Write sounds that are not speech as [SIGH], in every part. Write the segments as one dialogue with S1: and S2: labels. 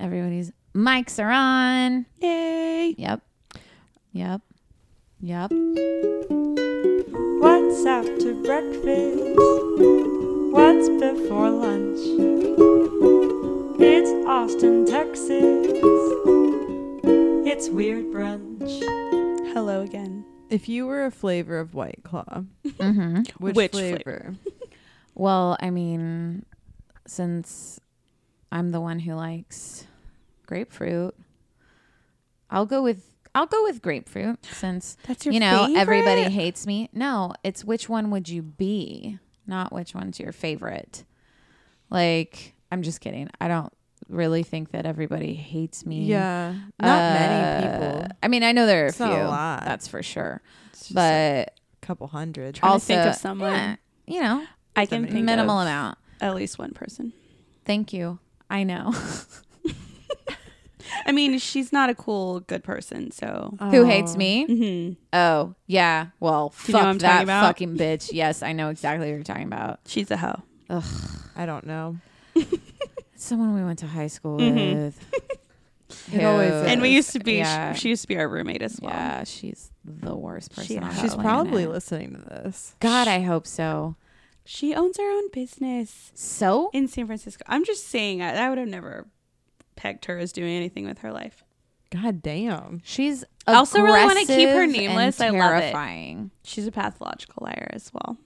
S1: Everybody's mics are on.
S2: Yay!
S1: Yep. Yep. Yep.
S2: What's after breakfast? What's before lunch? It's Austin, Texas. It's Weird Brunch. Hello again.
S3: If you were a flavor of White Claw,
S1: hmm
S3: which,
S2: Which
S3: flavor?
S1: Well, I mean, since I'm the one who likes grapefruit, I'll go with I'll go with grapefruit since
S2: That's
S1: you know everybody hates me. No, it's which one would you be, not which one's your favorite. Like, I'm just kidding. I don't really think that everybody hates me.
S3: Yeah, not many
S1: Uh,
S3: people.
S1: I mean, I know there are a
S3: It's
S1: few.
S3: not a lot.
S1: That's for sure.
S3: It's just a
S1: But
S3: couple hundred.
S2: trying
S1: also,
S2: to think of someone.
S1: yeah, you know,
S2: I can
S3: Somebody
S2: think
S1: minimal
S2: of
S1: amount.
S2: at least one person.
S1: Thank you. I know. [LAUGHS]
S2: I mean, she's not a cool, good person, so.
S1: Who
S3: Oh.
S1: hates me?
S2: hmm
S1: Oh, yeah. Well,
S2: You know
S1: fuck
S2: what I'm
S1: that
S2: talking about?
S1: fucking bitch. Yes, I know exactly what you're talking about.
S2: She's a hoe.
S3: Oh, I don't know.
S1: Someone we went to high school
S2: Mhm.
S1: with.
S2: [LAUGHS]
S3: It always
S1: Who-
S3: is.
S2: And we used to be,
S1: Yeah.
S2: she used to be our roommate as well.
S1: Yeah, she's the worst person.
S2: She-
S1: on the
S3: She's
S1: planet.
S3: probably listening to this.
S1: God, I hope so.
S2: She owns her own business
S1: So
S2: in San Francisco. I'm just saying, I, I would have never pegged her as doing anything with her life.
S3: God damn.
S1: she's
S2: I also really wanna keep her
S1: aggressive
S2: nameless. I
S1: And
S2: love it.
S1: terrifying.
S2: She's a pathological liar as well.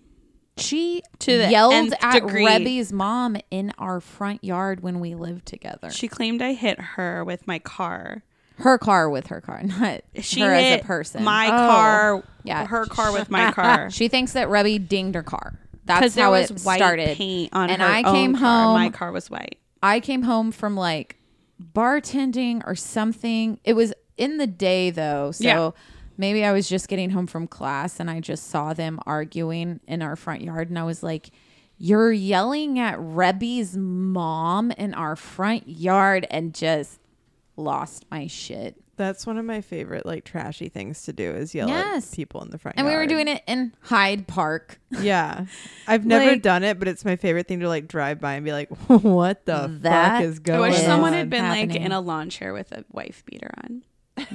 S1: She
S2: To the
S1: yelled
S2: nth
S1: at
S2: degree.
S1: Rebby's mom in our front yard when we lived together.
S2: She claimed I hit her with my car.
S1: her car with her car, [LAUGHS] not
S2: She
S1: her
S2: hit
S1: as a person.
S2: my
S3: Oh.
S2: car.
S1: Yeah.
S2: her car with
S1: [LAUGHS]
S2: my car.
S1: she thinks that Rebby dinged her car. That's
S2: Because there
S1: how
S2: was
S1: it
S2: white
S1: started.
S2: paint on
S1: And
S2: her
S1: I
S2: own
S1: came
S2: car.
S1: home-
S2: My car was white.
S1: I came home from like bartending or something. It was in the day though, so
S2: Yeah.
S1: maybe I was just getting home from class and I just saw them arguing in our front yard, and I was like. You're yelling at Rebby's mom in our front yard and just lost my shit.
S3: That's one of my favorite like trashy things to do is yell
S1: Yes.
S3: at people in the front.
S1: And we were
S3: yard.
S1: doing it in Hyde Park.
S3: Yeah, I've never
S1: Like-
S3: done it, but it's my favorite thing to like drive by and be like, [LAUGHS] "What the
S1: That
S3: fuck is
S1: I
S3: going?"
S2: I wish
S1: is
S2: someone
S3: on?
S2: had been like
S1: happening.
S2: in a lawn chair with a wife beater on.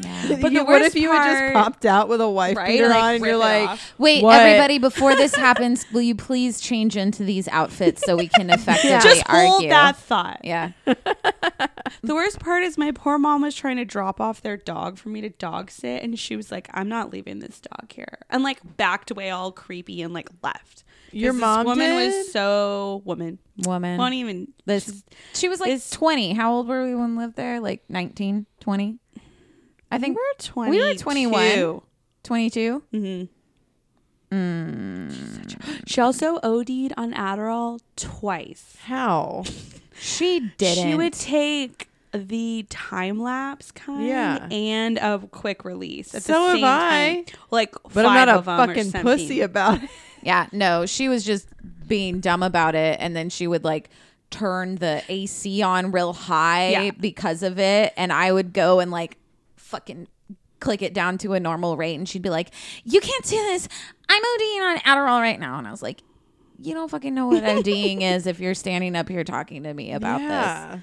S1: Yeah.
S2: But
S3: You-
S2: the
S3: what
S2: worst
S3: if you had
S2: part-
S3: just popped out with a wife
S2: Right?
S3: beater
S2: Like,
S3: on and
S2: rip
S3: you're
S2: it
S3: like,
S2: off.
S1: [LAUGHS] Wait,
S3: What?
S1: everybody, before this happens, will you please change into these outfits so we
S2: [LAUGHS]
S1: can effectively
S2: Just
S1: argue?
S2: hold that thought.
S1: Yeah.
S2: The worst part is my poor mom was trying to drop off their dog for me to dog sit, and she was like, "I'm not leaving this dog here," and like backed away all creepy and like left. 'Cause
S3: Your
S2: this
S3: mom
S2: woman
S3: did?
S2: was so woman.
S1: Woman.
S2: Won't even
S1: This she was like
S2: This-
S1: 20. How old were we when we lived there? Like 19, 20? I think
S2: we're twenty.
S1: we were 21. 22.
S2: She also OD'd on Adderall twice.
S3: "How?"
S2: [LAUGHS]
S1: She didn't.
S2: She would take the time lapse kind
S3: Yeah.
S2: and a quick release. At
S3: So
S2: the
S3: have
S2: same
S3: I.
S2: time. like
S3: But
S2: five
S3: I'm not a
S2: of 'em or
S3: fucking
S2: something.
S3: pussy about it.
S1: yeah, no, she was just being dumb about it and then she would like turn the AC on real high
S2: Yeah.
S1: because of it and I would go and like fucking click it down to a normal rate and she'd be like, "You can't do this. I'm ODing on Adderall right now." And I was like, "You don't fucking know what ODing is if you're standing up here talking to me about this."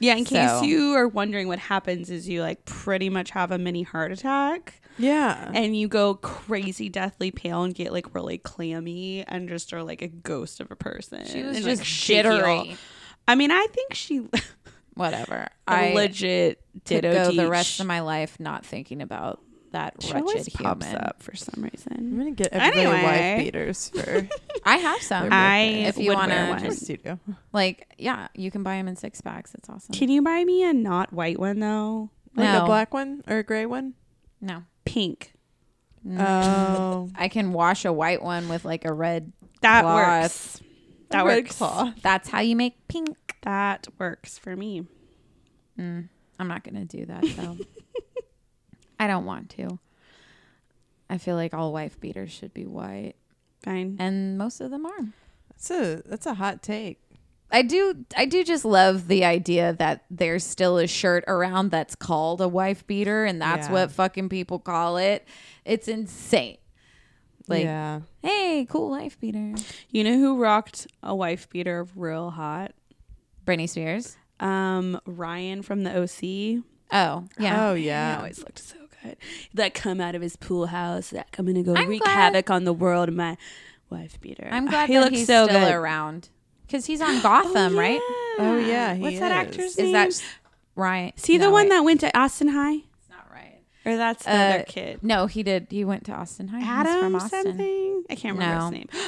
S2: Yeah, in case
S1: So-
S2: you are wondering what happens is you like pretty much have a mini heart attack
S3: Yeah.
S2: and you go crazy deathly pale and get like really clammy and just are like a ghost of a person.
S1: She was
S2: and,
S1: just
S2: shaky all-
S1: jittery.
S2: I mean, I think she [LAUGHS]
S1: Whatever. I
S2: I legit
S1: could
S2: did
S1: go
S2: OD.
S1: the rest of my life not thinking about that
S2: She always
S1: wretched
S2: pops
S1: human.
S2: up for some
S3: I'm
S2: reason.
S3: gonna get everybody
S2: Anyway.
S3: wife
S1: [LAUGHS]
S3: beaters for
S1: I have some.
S2: I
S1: if you
S2: would
S1: want
S2: wear
S1: to
S2: one.
S1: just
S3: the studio.
S1: Like, yeah, you can buy them in six packs. It's awesome.
S2: Can you buy me a not white one though?
S3: Like
S1: No.
S3: a black one or a gray one?
S1: no,
S2: Pink.
S1: Mm. [LAUGHS]
S3: Oh,
S1: I can wash a white one with like a red.
S2: That
S1: Cloth.
S2: works. That
S3: red
S2: works.
S3: claw.
S1: That's how you make pink.
S2: That works for me.
S1: Mm, I'm not gonna do that
S2: [LAUGHS]
S1: though. I don't want to. I feel like all wife beaters should be white,
S2: Fine.
S1: and most of them are.
S3: That's a that's a hot take.
S1: I do, I do just love the idea that there's still a shirt around that's called a wife beater, and that's
S3: Yeah.
S1: what fucking people call it. It's insane. Like,
S3: yeah,
S1: hey, cool wife beater,
S2: You know who rocked a wife beater real hot?
S1: Britney Spears.
S2: um, Ryan from the OC.
S1: Oh, yeah.
S3: Oh
S2: He
S3: yeah.
S2: always looked so good. That come out of his pool house. That I'm gonna go
S1: I'm
S2: wreak
S1: glad-
S2: havoc on the world. and My wife beater.
S1: I'm glad
S2: he
S1: that
S2: looks
S1: he's
S2: so
S1: still
S2: good.
S1: around because he's on Gotham, right?
S3: Oh, yeah, he
S2: What's that
S3: is.
S2: actor's name?
S1: Is that right?
S2: See the one that went to Austin High?
S1: That's not right.
S2: Or that's the
S1: Uh,
S2: other kid.
S1: No, he did. He went to Austin High. He's
S2: Adam
S1: from Austin.
S2: something. I can't remember
S1: No.
S2: his name. [GASPS]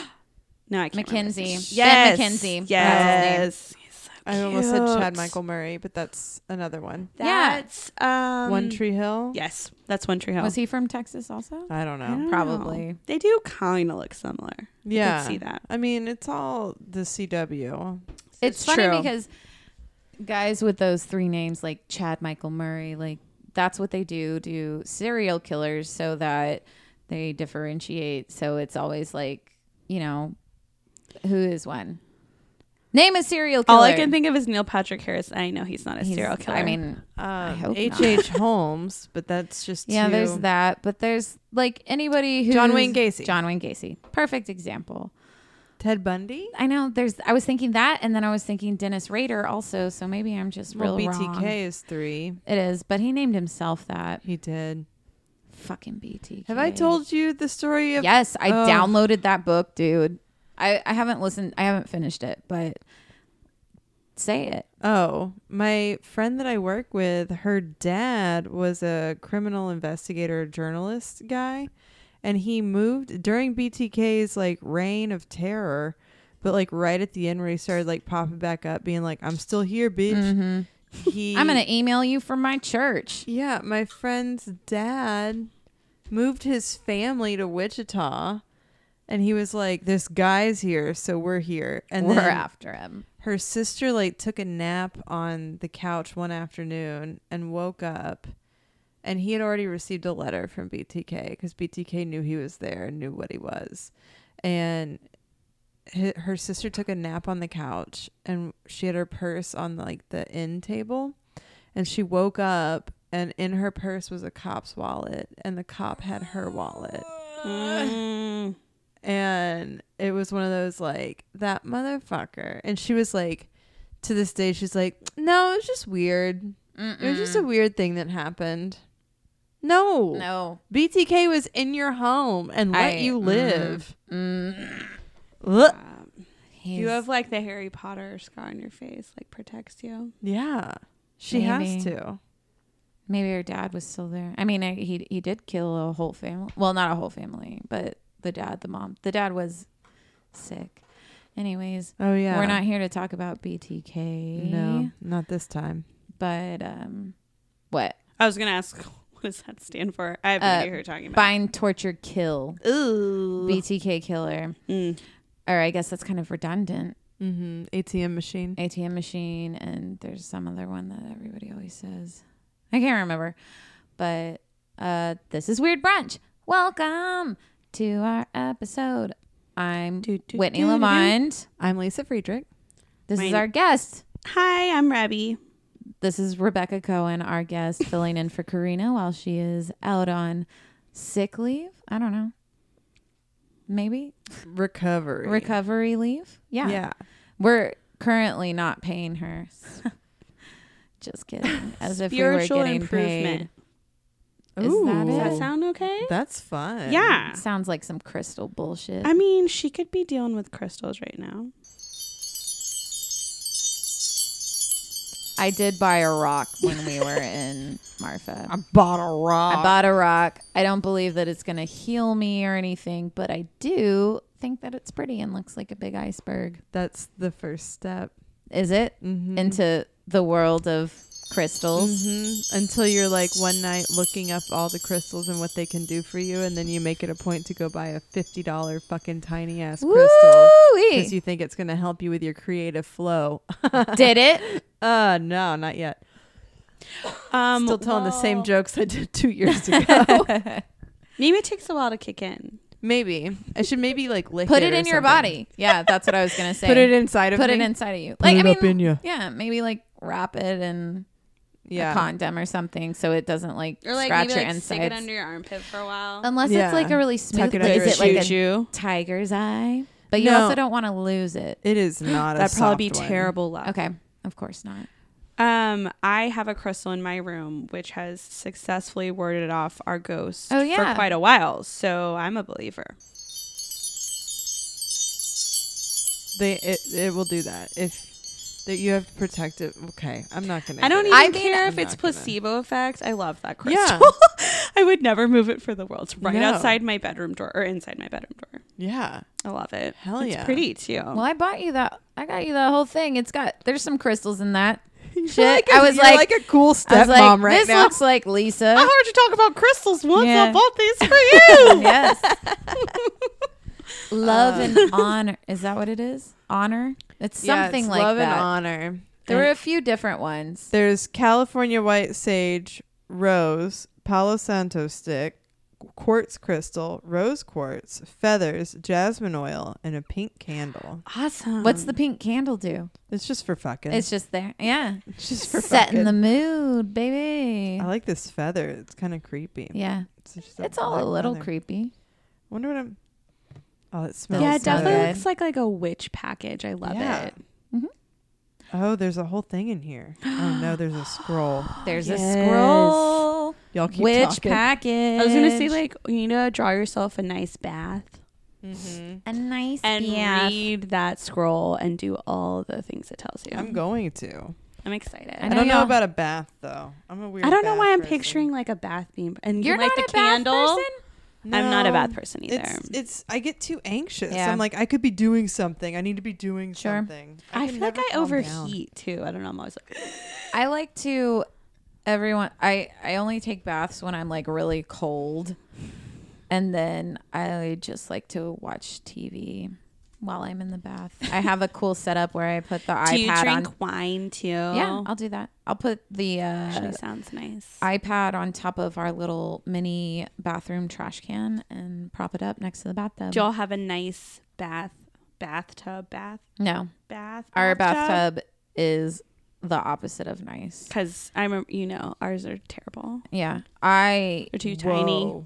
S2: No, I can't. remember his name.
S1: Mackenzie.
S2: Yes,
S1: Ben Mackenzie. That's his name.
S2: Yes. He's so
S3: I almost said
S2: cute.
S3: Chad Michael Murray, but that's another one.
S1: Yeah.
S2: That's um,
S3: one Tree Hill.
S2: Yes, that's One Tree Hill.
S1: Was he from Texas also?
S3: I don't know.
S2: I don't know.
S1: Probably.
S2: They do kind of look similar.
S3: yeah.
S2: see that.
S3: I mean, it's all the CW.
S1: It's,
S2: It's
S1: funny
S2: true.
S1: because guys with those three names, like Chad Michael Murray, like that's what they do to serial killers so that they differentiate. So it's always like, you know, who is one? Name a serial killer.
S2: All I can think of is Neil Patrick Harris. I know he's not a
S1: He's-
S2: serial killer.
S1: I mean,
S3: Um,
S1: hope
S3: H.
S1: not. [LAUGHS]
S3: H. Holmes, but that's just
S1: yeah,
S3: too-
S1: there's that, but there's like anybody who
S3: John Wayne Gacy.
S1: John Wayne Gacy, perfect example.
S3: Ted Bundy.
S1: I know there's. I was thinking that, and then I was thinking Dennis Rader also. So maybe I'm just
S3: Well,
S1: real
S3: BTK
S1: wrong.
S3: is three.
S1: It is, but he named himself that.
S3: He did.
S1: Fucking BTK.
S3: Have I told you the story of?
S1: Yes, I
S3: Oh.
S1: downloaded that book, dude. I I haven't listened. I haven't finished it, but say it.
S3: Oh, my friend that I work with, her dad was a criminal investigator journalist guy, and he moved during BTK's like reign of terror, but like right at the end where he started like popping back up, being like, "I'm still here, bitch." He,
S1: Mm-hmm. I'm gonna email you from my church.
S3: Yeah, my friend's dad moved his family to Wichita, and he was like, "This guy's here, so we're here." And
S1: We're
S3: then
S1: after him.
S3: her sister like took a nap on the couch one afternoon and woke up and he had already received a letter from BTK because BTK knew he was there and knew what he was. And hi- her sister took a nap on the couch and she had her purse on like the end table. And she woke up and in her purse was a cop's wallet and the cop had her wallet.
S2: Mm.
S3: And it was one of those like, that motherfucker. And she was like, to this day, she's like, no, it was just weird. It was just a weird thing that happened. No.
S1: Mm. No.
S3: BTK was in your home and let
S1: I- mm-hmm.
S3: you live.
S1: Mm.
S2: uh,
S3: Ugh.
S1: He's,
S2: you have like the Harry Potter scar on your face, like protects you.
S3: Yeah. She
S1: Maybe.
S3: has to.
S1: maybe her dad was still there. I mean, I, he he did kill a whole family. Well, not a whole family, but the dad, the mom, the dad was sick. Anyways,
S3: Oh, yeah.
S1: we're not here to talk about BTK.
S3: No, not this time.
S1: but um, what?
S2: I was gonna ask, [LAUGHS] what does that stand for? I have no
S1: Uh,
S2: idea who you're talking about.
S1: Bind, torture, kill.
S2: Ooh.
S1: BTK killer.
S2: Mm.
S1: Or I guess that's kind of redundant.
S3: Mm-hmm. ATM machine.
S1: ATM machine, and there's some other one that everybody always says. I can't remember. But uh, this is Weird Brunch. Welcome to our episode. I'm
S2: Do, do,
S1: Whitney
S2: do, do, do.
S1: Lamond.
S3: I'm Lisa Friedrich.
S1: This is
S2: Mine-
S1: our guest.
S2: Hi, I'm Rebby.
S1: This is Rebecca Cohen, our
S2: [LAUGHS]
S1: guest, filling in for Karina while she is out on sick leave. I don't know. Maybe
S3: Recovery.
S1: recovery leave. Yeah.
S3: yeah.
S1: We're currently not paying
S3: [LAUGHS]
S1: her. Just kidding. As if we were
S2: Spiritual
S1: getting paid.
S2: improvement.
S1: Is that
S2: Does
S1: it?
S2: that sound okay?
S3: That's fun.
S2: yeah.
S1: Sounds like some crystal bullshit.
S2: I mean, she could be dealing with crystals right now.
S1: I did buy a rock when we were in Marfa.
S3: I bought a rock.
S1: I bought a rock. I don't believe that it's going to heal me or anything, but I do think that it's pretty and looks like a big iceberg.
S3: That's the first step.
S1: Is it?
S3: Mm-hmm.
S1: Into the world of crystals.
S3: Mm-hmm. Until you're like one night looking up all the crystals and what they can do for you, and then you make it a point to go buy a fifty dollar fucking tiny ass crystal because
S1: Woo!
S3: you think it's gonna help you with your creative flow. [LAUGHS]
S1: Did it?
S3: Uh no, not yet.
S2: Um,
S3: Still telling the
S2: well,
S3: same jokes I did
S1: [LAUGHS]
S3: two years ago. [LAUGHS]
S2: Maybe it takes a while to kick in.
S3: maybe I should maybe like lick
S1: Put it,
S3: or
S1: in your
S3: something.
S1: body. Yeah, that's what I was
S3: [LAUGHS]
S1: going to say.
S3: Put it inside of
S1: put
S3: me.
S1: it inside of you.
S3: Put
S1: Like
S3: it
S1: I mean,
S3: up in ya.
S1: yeah, maybe like wrap it in
S3: Yeah.
S1: a condom or something so it doesn't like, scratch your insides.
S2: your armpit for a while.
S1: Unless
S3: Yeah.
S1: it's like a really smooth.
S3: Tuck it
S1: but
S3: under
S1: is
S3: a
S1: it like a
S2: you?
S1: tiger's eye? But you
S3: No.
S1: also don't want to lose it.
S3: It is not. a
S2: That'd probably be
S3: soft one.
S2: terrible luck.
S1: Okay, of course not.
S2: Um, I have a crystal in my room which has successfully warded off our ghost
S1: Oh,
S2: for
S1: yeah.
S2: quite a while, so I'm a believer.
S3: They it, it will do that if that you have to protect it. Okay, I'm not gonna.
S2: I don't
S3: do
S2: even
S3: it.
S1: I think
S2: care if
S3: I'm
S2: it's
S3: not gonna-
S2: placebo effect. I love that crystal.
S3: Yeah,
S2: [LAUGHS] I would never move it for the world. It's right
S3: No.
S2: outside my bedroom door or inside my bedroom door.
S3: [LAUGHS] yeah.
S2: I love it.
S3: Hell
S2: it's
S3: yeah.
S2: pretty too.
S3: Oh.
S1: Well, I bought you that. I got you that whole thing. It's got there's some crystals in that. Shit,
S3: Like
S1: I was
S3: you're
S1: like,
S3: a cool
S1: I was
S3: stepmom
S1: like,
S3: right
S1: this
S3: now. Oh.
S1: looks like
S2: I
S1: Lisa.
S2: heard you talk about crystals once.
S1: Yeah.
S2: I bought these
S1: [LAUGHS]
S2: for you.
S3: [LAUGHS]
S1: yes. love and honor. Is that what it is? Honor. It's
S3: Uh. Yeah,
S1: something
S3: it's
S1: like
S3: love
S1: that.
S3: and honor.
S1: There were a few different ones.
S3: There's California white sage, rose, Palo Santo stick, quartz crystal, rose quartz, feathers, jasmine oil, and a pink candle.
S2: Awesome.
S1: What's the pink candle do?
S3: It's just for fucking.
S1: It's just there. Yeah.
S3: It's [LAUGHS] just for
S1: Setting
S3: fucking.
S1: the mood, baby.
S3: I like this feather. It's kind of creepy.
S1: Yeah.
S3: It's, just
S1: It's all a
S3: black
S1: little
S3: feather.
S1: creepy.
S3: Wonder what I'm. Oh, it smells.
S2: yeah,
S1: Smells so
S2: it definitely
S1: good.
S2: looks like like a witch package. I love
S3: Yeah.
S2: it.
S3: Oh, there's a whole thing in here. Oh no, there's a scroll.
S1: There's
S2: Yes.
S1: a scroll.
S3: Y'all keep
S1: Which
S3: talking.
S1: package?
S2: I was gonna say like you know draw yourself a nice bath
S3: Mhm.
S1: a nice
S2: and
S1: bath.
S2: read that scroll and do all the things it tells you.
S3: I'm going to.
S2: I'm excited.
S1: I
S3: I,
S1: know
S3: don't know
S1: y'all-
S3: about a bath though. I'm a weird.
S2: I don't know
S3: bath
S2: why I'm
S3: person.
S2: picturing like a bath beam and you
S1: You're
S2: like
S1: not a
S2: the candle.
S1: bath person.
S2: I'm not a
S3: No.
S2: bath person either.
S3: It's, it's I get too anxious.
S1: Yeah.
S3: I'm like I could be doing something. I need to be doing
S1: Sure.
S3: something.
S2: I,
S3: can
S2: feel like
S3: never
S2: I
S3: calm
S2: overheat too. I don't know. I'm always like,
S1: I like to everyone I I only take baths when I'm like really cold. And then I just like to watch TV while I'm in the bath. I have a cool setup where I put the
S2: [LAUGHS] do
S1: iPad
S2: you drink
S1: on.
S2: wine too?
S1: Yeah, I'll do that. I'll put the uh,
S2: actually sounds nice.
S1: iPad on top of our little mini bathroom trash can and prop it up next to the bathtub.
S2: do y'all have a nice bath, bathtub, bath,
S1: no,
S2: bath?
S1: our bathtub is the opposite of nice.
S2: Because I remember, you know, ours are terrible.
S1: Yeah, I.
S2: They're too
S3: down.
S2: tiny.
S3: Whoa.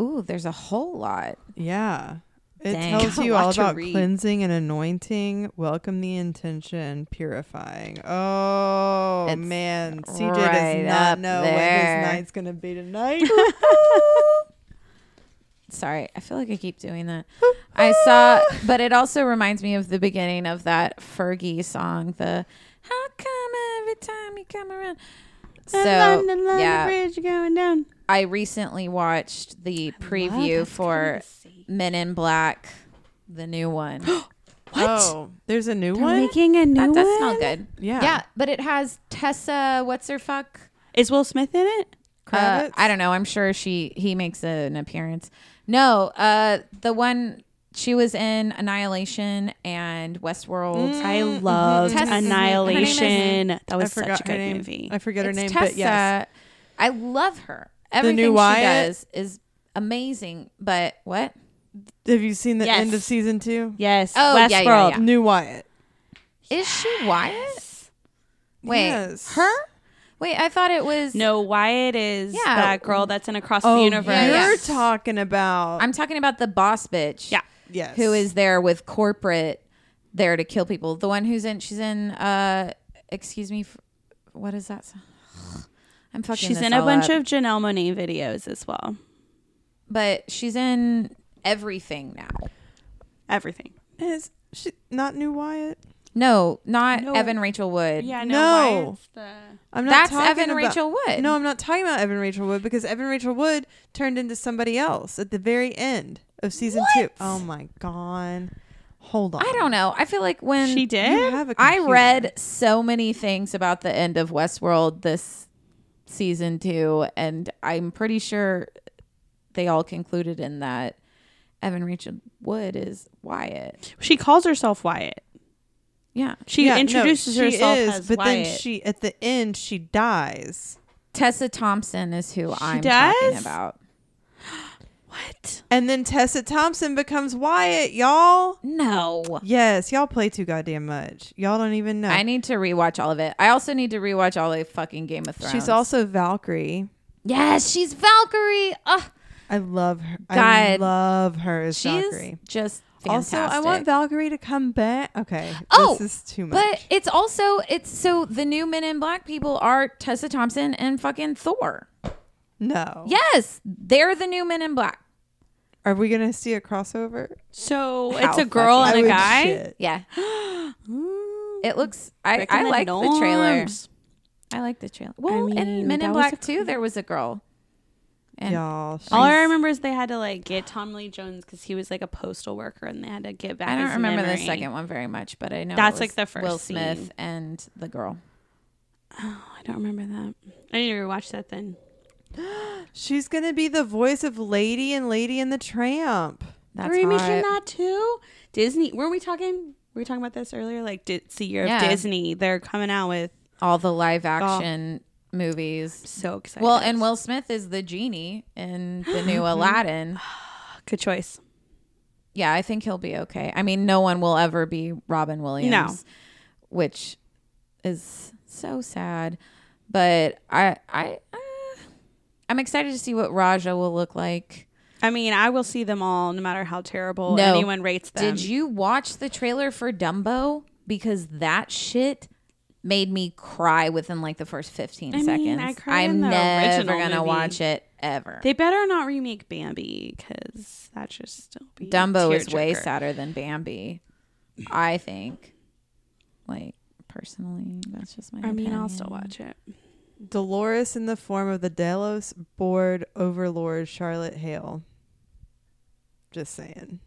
S1: Ooh, there's a whole lot.
S3: Yeah. It
S1: Dang.
S2: [LAUGHS]
S3: tells
S2: Got a
S3: you
S2: lot
S3: all
S2: to
S3: about
S2: read.
S3: cleansing and anointing, welcome the intention, purifying. Oh
S1: It's
S3: man, CJ
S1: right
S3: does
S1: up
S3: not know
S1: there.
S3: what his night's gonna be tonight.
S1: Sorry, I feel like I keep doing that. I saw, but it also reminds me of the beginning of that Fergie song, the How Come Every Time You Come Around. So,
S2: London, London
S1: yeah,
S2: Bridge going down.
S1: I recently watched the
S2: Wow,
S1: preview
S2: that's
S1: for
S2: kinda sick.
S1: Men in Black, the new
S3: [GASPS]
S1: one.
S2: [LAUGHS] What?
S3: [LAUGHS] Oh, there's a new
S2: They're
S3: one.
S2: making a new
S1: that does smell
S2: one.
S1: good.
S3: Yeah.
S1: Yeah, but it has Tessa, what's her fuck?
S2: Is Will Smith in it?
S1: Uh,
S3: Kravitz?
S1: I don't know. I'm sure she he makes an appearance. No, uh, the one she was in Annihilation and Westworld.
S3: Mm,
S2: I loved
S1: Mm. Tess- her name is-
S2: Annihilation. that
S3: I
S2: was
S3: forgot
S2: such a
S3: her
S2: good
S3: name.
S2: movie.
S3: I forget
S1: It's
S3: her name,
S1: Tessa.
S3: but yes,
S1: I love her. Everything
S3: new
S1: she
S3: Wyatt?
S1: does is amazing. But what?
S3: have you seen the end
S2: Yes.
S3: of season two?
S2: yes.
S1: Oh, yeah,
S2: Westworld.
S1: yeah, yeah.
S3: New Wyatt.
S1: Is she Wyatt? Wait,
S3: Yes.
S1: her? Wait, I thought it was.
S2: No, Wyatt is
S1: Yeah.
S2: that girl that's in Across
S3: Oh,
S2: the Universe.
S1: yeah, yeah.
S3: you're talking about
S1: I'm talking about the boss bitch.
S2: Yeah.
S3: yes.
S1: who is there with corporate there to kill people. The one who's in, she's in, uh, excuse me, f- what is that? song? I'm fucking.
S2: She's
S1: this
S2: in a
S1: all
S2: bunch
S1: up.
S2: of Janelle Monet videos as well.
S1: but she's in everything now.
S2: Everything.
S3: is she not New Wyatt?
S1: No, not
S2: No.
S1: Evan Rachel Wood.
S2: Yeah,
S3: No.
S2: no. Wyatt's the
S3: I'm not
S1: that's
S3: talking
S1: Evan
S3: about-
S1: Rachel Wood.
S3: No, I'm not talking about Evan Rachel Wood because Evan Rachel Wood turned into somebody else at the very end of season two. Oh my god! Hold on.
S1: I don't know. I feel like when
S2: She
S3: You
S2: did?
S3: have a
S1: I
S3: computer.
S1: read so many things about the end of Westworld this season two, and I'm pretty sure they all concluded in that Evan Rachel Wood is Wyatt.
S2: She calls herself Wyatt.
S1: Yeah.
S2: She
S3: Yeah, no,
S2: introduces
S3: she
S2: herself
S3: is,
S2: as
S3: but
S2: Wyatt.
S3: then she at the end she dies,
S1: Tessa Thompson is who I'm talking
S2: does?
S3: [GASPS]
S1: about.
S2: what?
S3: and then Tessa Thompson becomes Wyatt. Y'all,
S1: No.
S3: yes, y'all play too goddamn much. Y'all don't even know.
S1: I need to rewatch all of it. I also need to rewatch all of fucking Game of Thrones.
S3: She's also Valkyrie.
S1: Yes, she's Valkyrie. Ugh.
S3: I love her. I
S1: God.
S3: love her as
S1: She's
S3: Valkyrie.
S1: just
S3: Also,
S1: fantastic.
S3: I want Valkyrie to come back. Okay,
S1: Oh,
S3: this is too much.
S1: But it's also it's so the new Men in Black people are Tessa Thompson and fucking Thor.
S3: no.
S1: Yes, they're the new Men in Black.
S3: Are we gonna see a crossover?
S2: So
S1: How
S2: it's a girl
S1: fucking-
S2: and
S3: I
S2: a
S3: would
S2: guy.
S3: shit.
S1: Yeah, [GASPS]
S2: Ooh,
S1: it looks. I
S2: breaking
S1: I like the trailer.
S2: norms.
S1: I like the trailer. Well,
S2: mean,
S1: in Men
S2: that
S1: in
S2: was
S1: Black
S2: a-
S1: too, there was a girl. And
S3: Y'all,
S2: All I
S3: she's-
S2: remember is they had to like get Tom Lee Jones because he was like a postal worker, and they had to get back.
S1: I don't
S2: his
S1: remember the
S2: memory.
S1: second one very much, but I know it
S2: That's,
S1: was
S2: like, the first
S1: Will Smith
S2: scene.
S1: and the girl.
S2: Oh, I don't remember that. I need to rewatch that then.
S3: she's gonna be the voice of Lady and Lady and the Tramp.
S1: That's
S2: Are we
S1: hot.
S2: making that too? Disney. Were we talking? Were we talking about this earlier? Like, di- it's the year
S1: Yeah.
S2: of Disney. They're coming out with
S1: all the
S2: Oh.
S1: live action movies.
S2: so excited.
S1: Well, and Will Smith is the genie in the
S2: [GASPS]
S1: new Aladdin.
S2: good choice.
S1: Yeah, I think he'll be okay. I mean, no one will ever be Robin Williams,
S2: No.
S1: which is so sad. But I, I, uh, I'm excited to see what Raja will look like.
S2: I mean, I will see them all, no matter how terrible
S1: No.
S2: anyone rates them.
S1: Did you watch the trailer for Dumbo? Because that shit made me cry within like the first 15
S2: I mean,
S1: seconds.
S2: I cried
S1: am
S2: in the
S1: never
S2: original
S1: gonna
S2: movie.
S1: watch it ever.
S2: They better not remake Bambi because that should still be
S1: Dumbo is way
S2: tearjerker.
S1: sadder than Bambi, I think. Like personally, that's just my.
S2: I mean, I'll
S1: opinion.
S2: still watch it.
S3: Dolores in the form of the Delos board overlord Charlotte Hale. Just saying.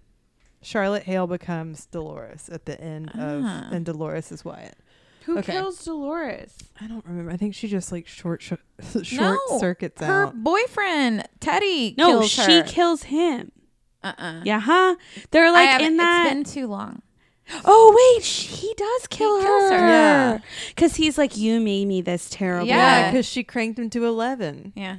S3: Charlotte Hale becomes Dolores at the end
S1: Ah.
S3: of and Dolores is Wyatt.
S2: Who
S3: Okay.
S2: kills Dolores?
S3: I don't remember. I think she just like short sh- [LAUGHS] short circuits
S1: her
S3: out.
S1: boyfriend Teddy.
S2: No,
S1: kills
S2: she
S1: her.
S2: kills him.
S1: Uh uh
S2: Yeah, huh? They're
S1: I
S2: like
S1: haven't-
S2: in that.
S1: It's been too long.
S2: oh wait, she, he does kill
S1: kills her.
S3: Yeah.
S2: her. Because he's like, you made me this terrible.
S3: yeah,
S1: Yeah.
S3: because she cranked him to eleven.
S1: Yeah.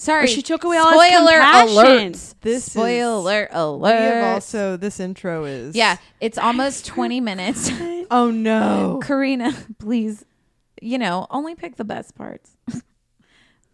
S1: Sorry,
S2: she took away all his compassion.
S1: alert.
S3: This is-
S1: spoiler
S3: We have
S1: alert.
S3: also this intro is
S1: yeah, it's almost twenty
S2: [LAUGHS]
S1: minutes.
S3: Oh no.
S1: [LAUGHS] Karina, please, you know, only pick the best parts. [LAUGHS]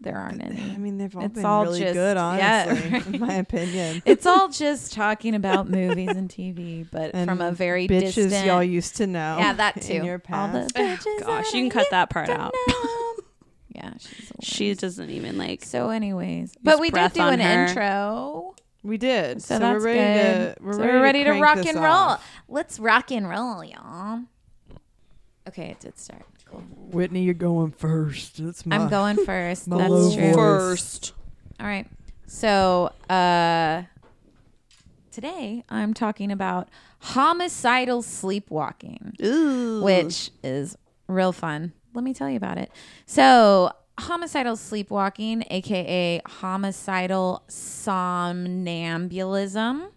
S1: there aren't any.
S3: I mean they've all
S1: It's
S3: been
S1: all
S3: really
S1: just-
S3: good,
S1: yeah,
S3: honestly,
S1: [LAUGHS]
S3: in
S1: right.
S3: my opinion.
S1: it's all just talking about movies and TV, but
S3: And
S1: from a very
S3: bitches
S1: distant.
S3: y'all used to know.
S1: yeah, that too.
S3: In your past.
S1: All the bitches
S2: Gosh,
S1: that
S2: you
S1: I
S2: can cut
S1: used
S2: that part
S1: to
S2: out.
S1: know.
S2: [LAUGHS]
S1: yeah, she's a she.
S2: She doesn't even like.
S1: So, anyways, but we did
S2: breath
S1: do
S2: on
S1: an
S2: her.
S1: intro,
S3: We did.
S1: so, that's
S3: we're ready
S1: good.
S3: to we're
S1: so
S3: ready,
S1: we're ready to
S3: crank
S1: rock
S3: this
S1: and roll.
S3: off.
S1: Let's rock and roll, y'all. Okay, it did start. Cool.
S3: Whitney, you're going first. That's my
S1: I'm going first.
S3: [LAUGHS] my
S1: That's
S3: low
S1: true.
S3: voice.
S1: All right. So uh, today I'm talking about homicidal sleepwalking, which is real fun. Let me tell you about it. So, homicidal sleepwalking, aka homicidal somnambulism,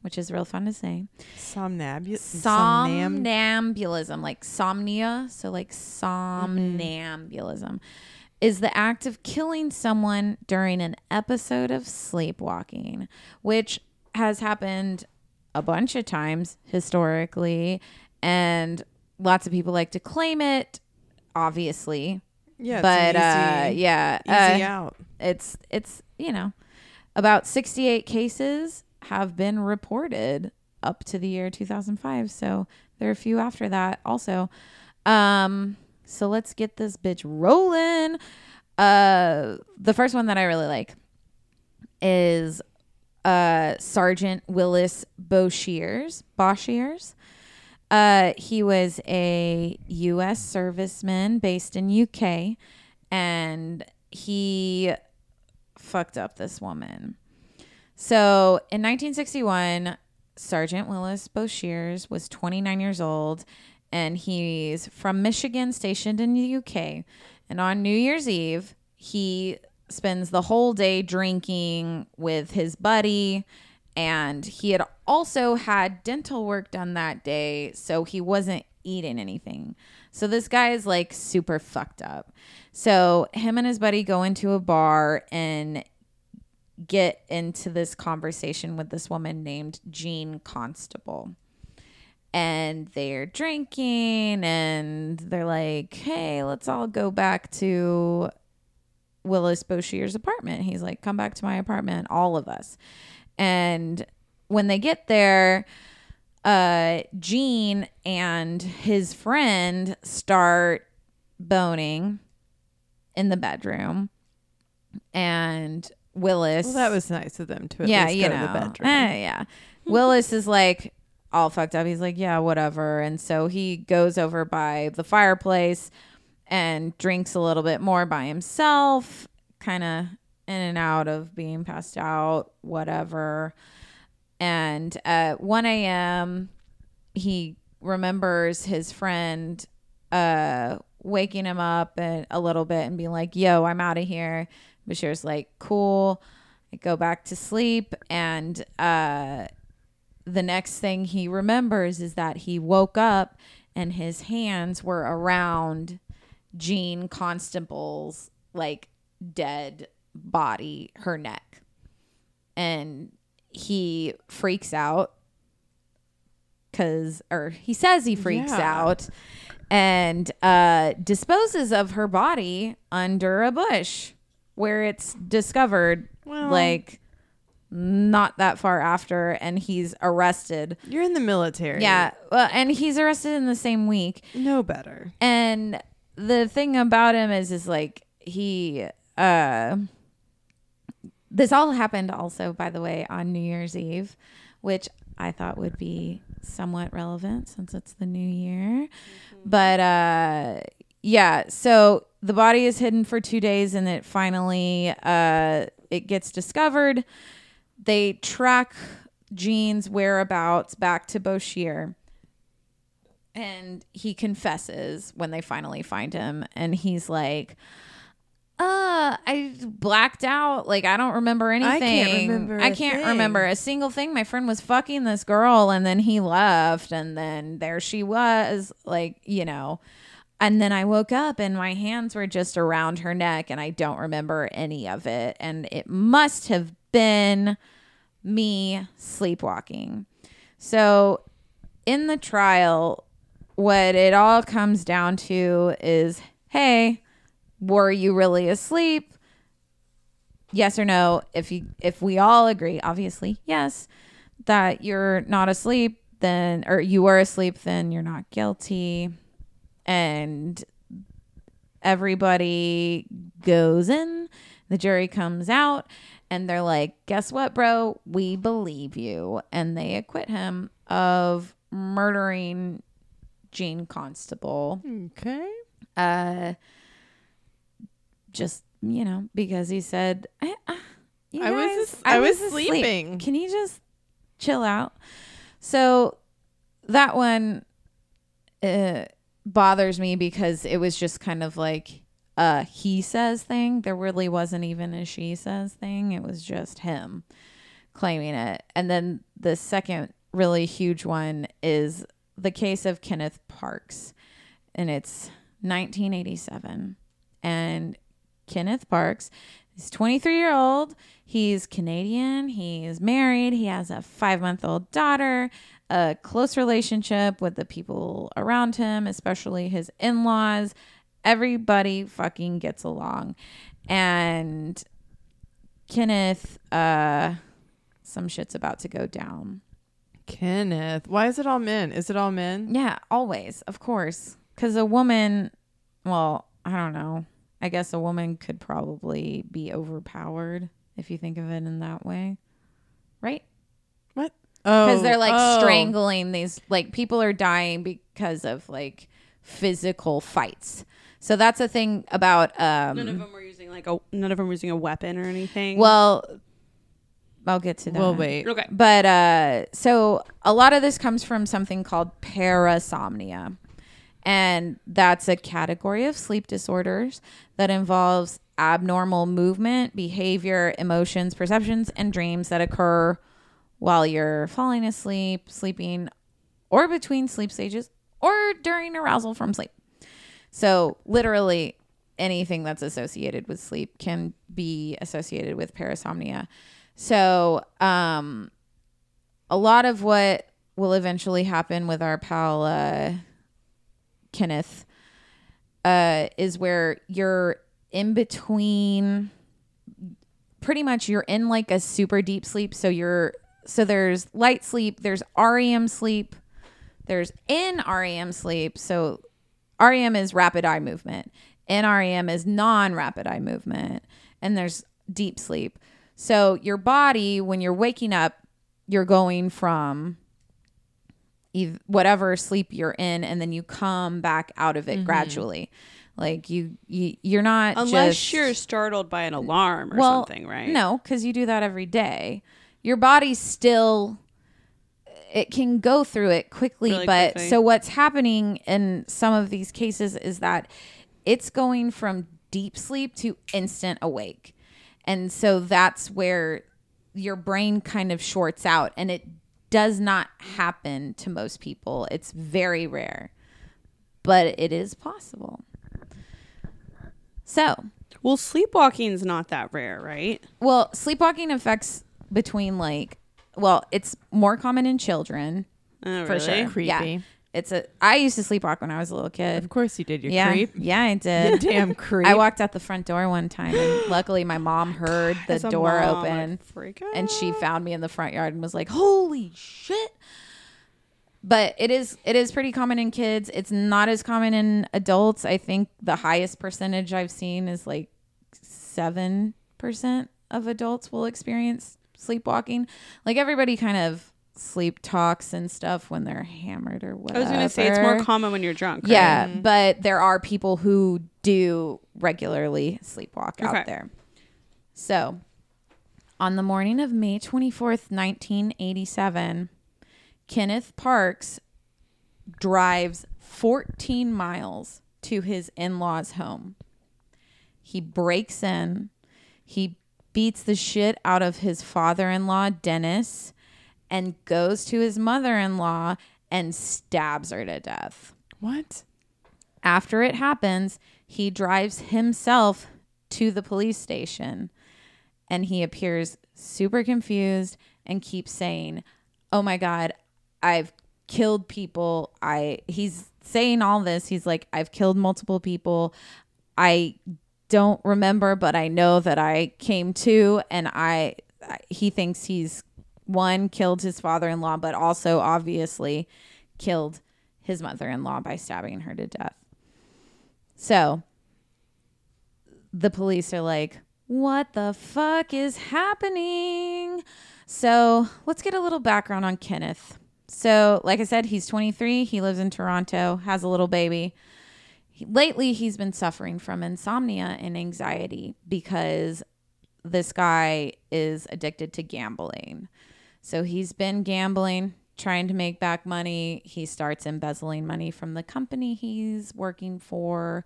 S1: which is real fun to say.
S3: somnabu- somnam-
S1: Somnambulism, like somnia, so like somnambulism, is the act of killing someone during an episode of sleepwalking, which has happened a bunch of times historically, and lots of people like to claim it, obviously.
S3: Yeah,
S1: but
S3: it's an
S1: uh,
S3: easy,
S1: yeah,
S3: easy
S1: uh,
S3: out.
S1: it's it's you know about 68 cases have been reported up to the year 2005 so there are a few after that also um so let's get this bitch rolling uh the first one that i really like is uh sergeant willis boshiers boshiers uh, he was a U.S. serviceman based in UK, and he fucked up this woman. So in 1961, Sergeant Willis Boshiers was 29 years old, and he's from Michigan, stationed in the UK. And on New Year's Eve, he spends the whole day drinking with his buddy, and he had also had dental work done that day, so he wasn't eating anything. So this guy is like super fucked up. So him and his buddy go into a bar and get into this conversation with this woman named Jean Constable. And they're drinking and they're like, hey, let's all go back to Willis Bouchier's apartment. He's like, come back to my apartment, all of us. And when they get there, uh, Gene and his friend start boning in the bedroom. And Willis.
S3: Well, that was nice of them to at
S1: yeah,
S3: least
S1: you
S3: go
S1: know.
S3: to the bedroom. Hmm.
S1: Eh, yeah. Willis is like all fucked up. He's like, yeah, whatever. And so he goes over by the fireplace and drinks a little bit more by himself, kind of in and out of being passed out, whatever. And at 1 a.m., he remembers his friend uh waking him up and a little bit and being like, "Yo, I'm out of here." Bashir's like, "Cool." I go back to sleep and uh the next thing he remembers is that he woke up and his hands were around Jean Constable's like dead body, her neck. And he freaks out cuz or he says he freaks
S3: Yeah.
S1: out and uh disposes of her body under a bush where it's discovered like not that far after and he's arrested.
S3: You're in the military.
S1: Yeah, well, and he's arrested in the same week.
S3: No better.
S1: And the thing about him is is like he uh this all happened also by the way on New Year's Eve, which I thought would be somewhat relevant since it's the new year. But uh yeah, so the body is hidden for 2 days and it finally uh it gets discovered. They track Jean's whereabouts back to Boshier and he confesses when they finally find him and he's like uh i blacked out like i don't remember anything
S3: can't remember
S1: I
S3: a
S1: can't
S3: thing."
S1: remember a single thing my friend was fucking this girl and then he left and then there she was like you know and then i woke up and my hands were just around her neck and i don't remember any of it and it must have been me sleepwalking so in the trial, what it all comes down to is hey, were you really asleep? Yes or no? If you if we all agree, obviously, yes, that you're not asleep, then or you were asleep, then you're not guilty. And everybody goes in, the jury comes out, and they're like, guess what, bro? We believe you. And they acquit him of murdering Gene Constable.
S3: Okay.
S1: Uh, just, you know, because he said, I, uh, you
S3: I was
S1: guys,
S3: as- I was sleeping."
S1: Can you just chill out? So that one uh, bothers me because it was just kind of like a he says thing. There really wasn't even a she says thing. It was just him claiming it. And then the second really huge one is the case of Kenneth Parks. And it's 1987. And Kenneth Parks is 23 year old. He's Canadian. He's married. He has a five month old daughter, a close relationship with the people around him, especially his in laws. Everybody fucking gets along. And Kenneth, uh, some shit's about to go down.
S3: Kenneth. Why is it all men? Is it all men?
S1: Yeah, always, of course. Because a woman, well, I don't know. I guess a woman could probably be overpowered if you think of it in that way, right?
S3: What?
S1: Because
S3: Oh,
S1: they're like
S3: oh.
S1: strangling these, like people are dying because of like physical fights. So that's a thing about um.
S2: None of them were using like a none of them were using a weapon or anything.
S1: Well, I'll get to that.
S3: Well, wait.
S2: okay.
S1: But uh, so a lot of this comes from something called parasomnia. And that's a category of sleep disorders that involves abnormal movement, behavior, emotions, perceptions, and dreams that occur while you're falling asleep, sleeping, or between sleep stages, or during arousal from sleep. So, literally, anything that's associated with sleep can be associated with parasomnia. So, um, a lot of what will eventually happen with our pal uh, Kenneth uh, is where you're in between pretty much you're in like a super deep sleep so you're so there's light sleep there's REM sleep there's in REM sleep so REM is rapid eye movement NREM is non rapid eye movement and there's deep sleep so your body when you're waking up you're going from eith- whatever sleep you're in and then you come back out of it
S2: Mm-hmm.
S1: gradually like you, you you're not
S2: Unless
S1: just-
S2: you're startled by an alarm or
S1: well,
S2: something, right?
S1: No, because you do that every day. Your body's still it can go through it quickly,
S2: Really
S1: but
S2: quickly.
S1: so what's happening in some of these cases is that it's going from deep sleep to instant awake. And so that's where your brain kind of shorts out and it does not happen to most people. It's very rare. But it is possible. So,
S2: Well, sleepwalking's not that rare, right?
S1: well, sleepwalking affects between like, well, it's more common in children
S2: Oh,
S1: for
S2: really?
S1: sure. Yeah.
S3: Creepy.
S1: It's a. I used to sleepwalk when I was a little
S3: Of
S1: kid.
S3: course you did, you
S1: Yeah, [LAUGHS]
S3: creep.
S1: yeah, I
S3: [LAUGHS]
S1: did.
S3: Damn creep.
S1: I walked out the front door one time, and luckily my mom heard the
S2: As a
S1: door
S2: mom, I'd
S1: open,
S2: freak
S1: and she found me in the front yard and was like, "Holy shit!" But it is it is pretty common in kids. It's not as common in adults. I think the highest percentage I've seen is like seven percent of adults will experience sleepwalking. Like everybody kind of sleep talks and stuff when they're hammered or
S2: I
S1: whatever.
S2: was going to say it's more common when you're drunk. right?
S1: Yeah, but there are people who do regularly sleepwalk
S2: Okay.
S1: out there. So, on the morning of May 24th, 1987, Kenneth Parks drives 14 miles to his in law's home. He breaks in, he beats the shit out of his father in law, Dennis, and goes to his mother in law and stabs her to death.
S3: what?
S1: After it happens, he drives himself to the police station and he appears super confused and keeps saying, "Oh my god, I've killed people. I he's saying all this. He's like, "I've killed multiple people. I don't remember, but I know that I came to and I I- he thinks he's one killed his father-in-law, but also obviously killed his mother-in-law by stabbing her to death. So the police are like, what the fuck is happening? So let's get a little background on Kenneth. So, like I said, he's 23. He lives in Toronto, has a little baby. He- lately, he's been suffering from insomnia and anxiety because this guy is addicted to gambling. So he's been gambling, trying to make back money. He starts embezzling money from the company he's working for.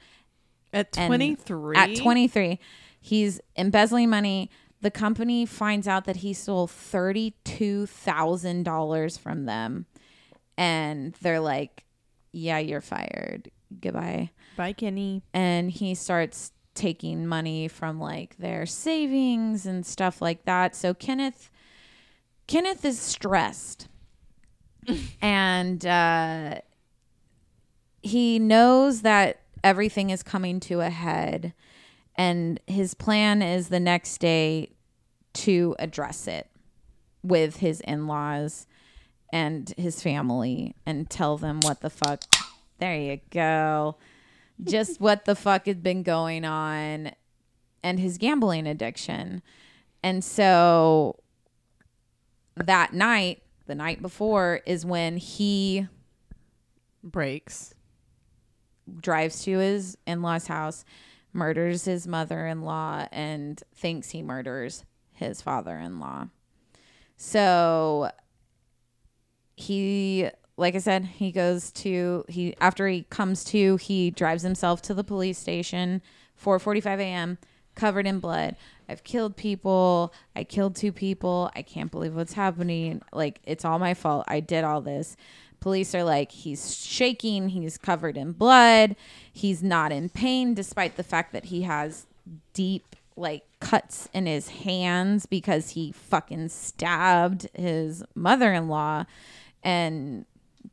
S3: At
S1: And
S3: 23?
S1: At 23, he's embezzling money. The company finds out that he stole $32,000 from them. And they're like, yeah, you're fired. Goodbye
S3: Bye, Kenny.
S1: and he starts taking money from like their savings and stuff like that. So Kenneth Kenneth is stressed. and uh he knows that everything is coming to a head and his plan is the next day to address it with his in-laws and his family and tell them what the fuck there you go just what the fuck had been going on and his gambling addiction. And so that night, the night before, is when he
S3: Breaks.
S1: drives to his in law's house, murders his mother in law, and thinks he murders his father in law. So he, like I said, he goes to, he, after he comes to, he drives himself to the police station, 4.45 a.m., covered in blood. I've killed people. I killed two people. I can't believe what's happening. Like, it's all my fault. I did all this. Police are like, he's shaking. He's covered in blood. He's not in pain, despite the fact that he has deep, like, cuts in his hands because he fucking stabbed his mother in law. And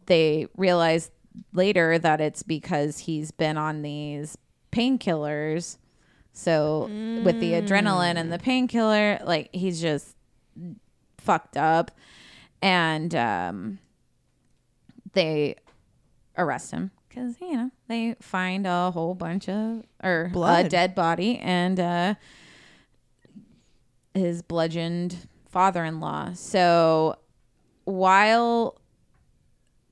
S1: they realize later that it's because he's been on these painkillers So with the adrenaline and the painkiller, like he's just fucked up, and um, they arrest him because you know they find a whole bunch of or a
S3: Blood.
S1: dead body and uh, his bludgeoned father-in-law. So while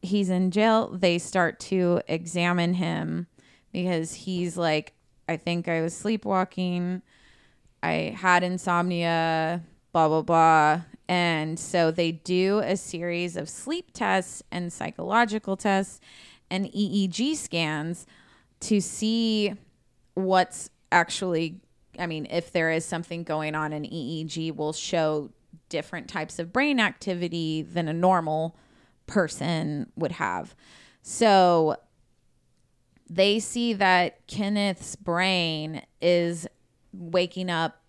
S1: he's in jail, they start to examine him because he's like, I think I was sleepwalking. I had insomnia, blah, blah, blah. And so they do a series of sleep tests and psychological tests and EEG scans to see what's actually, I mean, if there is something going on, an EEG will show different types of brain activity than a normal person would have. So they see that Kenneth's brain is waking up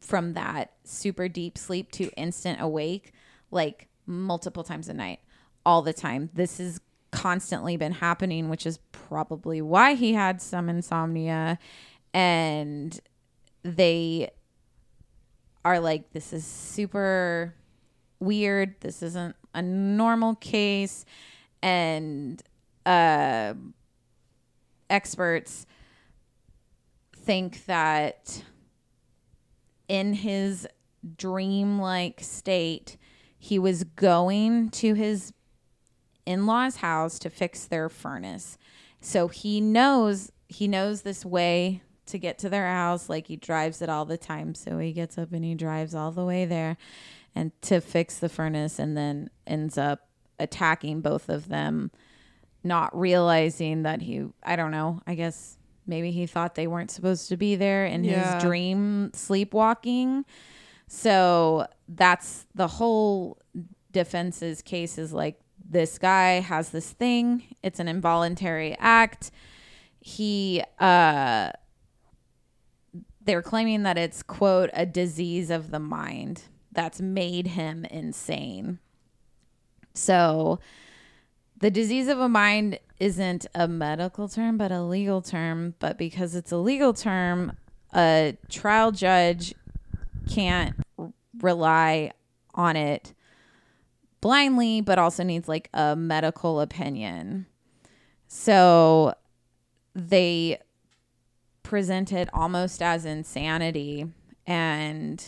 S1: from that super deep sleep to instant awake like multiple times a night all the time this has constantly been happening which is probably why he had some insomnia and they are like this is super weird this isn't a normal case and uh experts think that in his dreamlike state, he was going to his in law's house to fix their furnace. So he knows he knows this way to get to their house. Like he drives it all the time. So he gets up and he drives all the way there and to fix the furnace and then ends up attacking both of them, not realizing that he I don't know, I guess maybe he thought they weren't supposed to be there in
S3: Yeah.
S1: his dream sleepwalking. So that's the whole defense's case is like this guy has this thing. It's an involuntary act. He uh they're claiming that it's quote a disease of the mind that's made him insane. So the disease of a mind isn't a medical term, but a legal term. But because it's a legal term, a trial judge can't r- rely on it blindly, but also needs like a medical opinion. So they present it almost as insanity and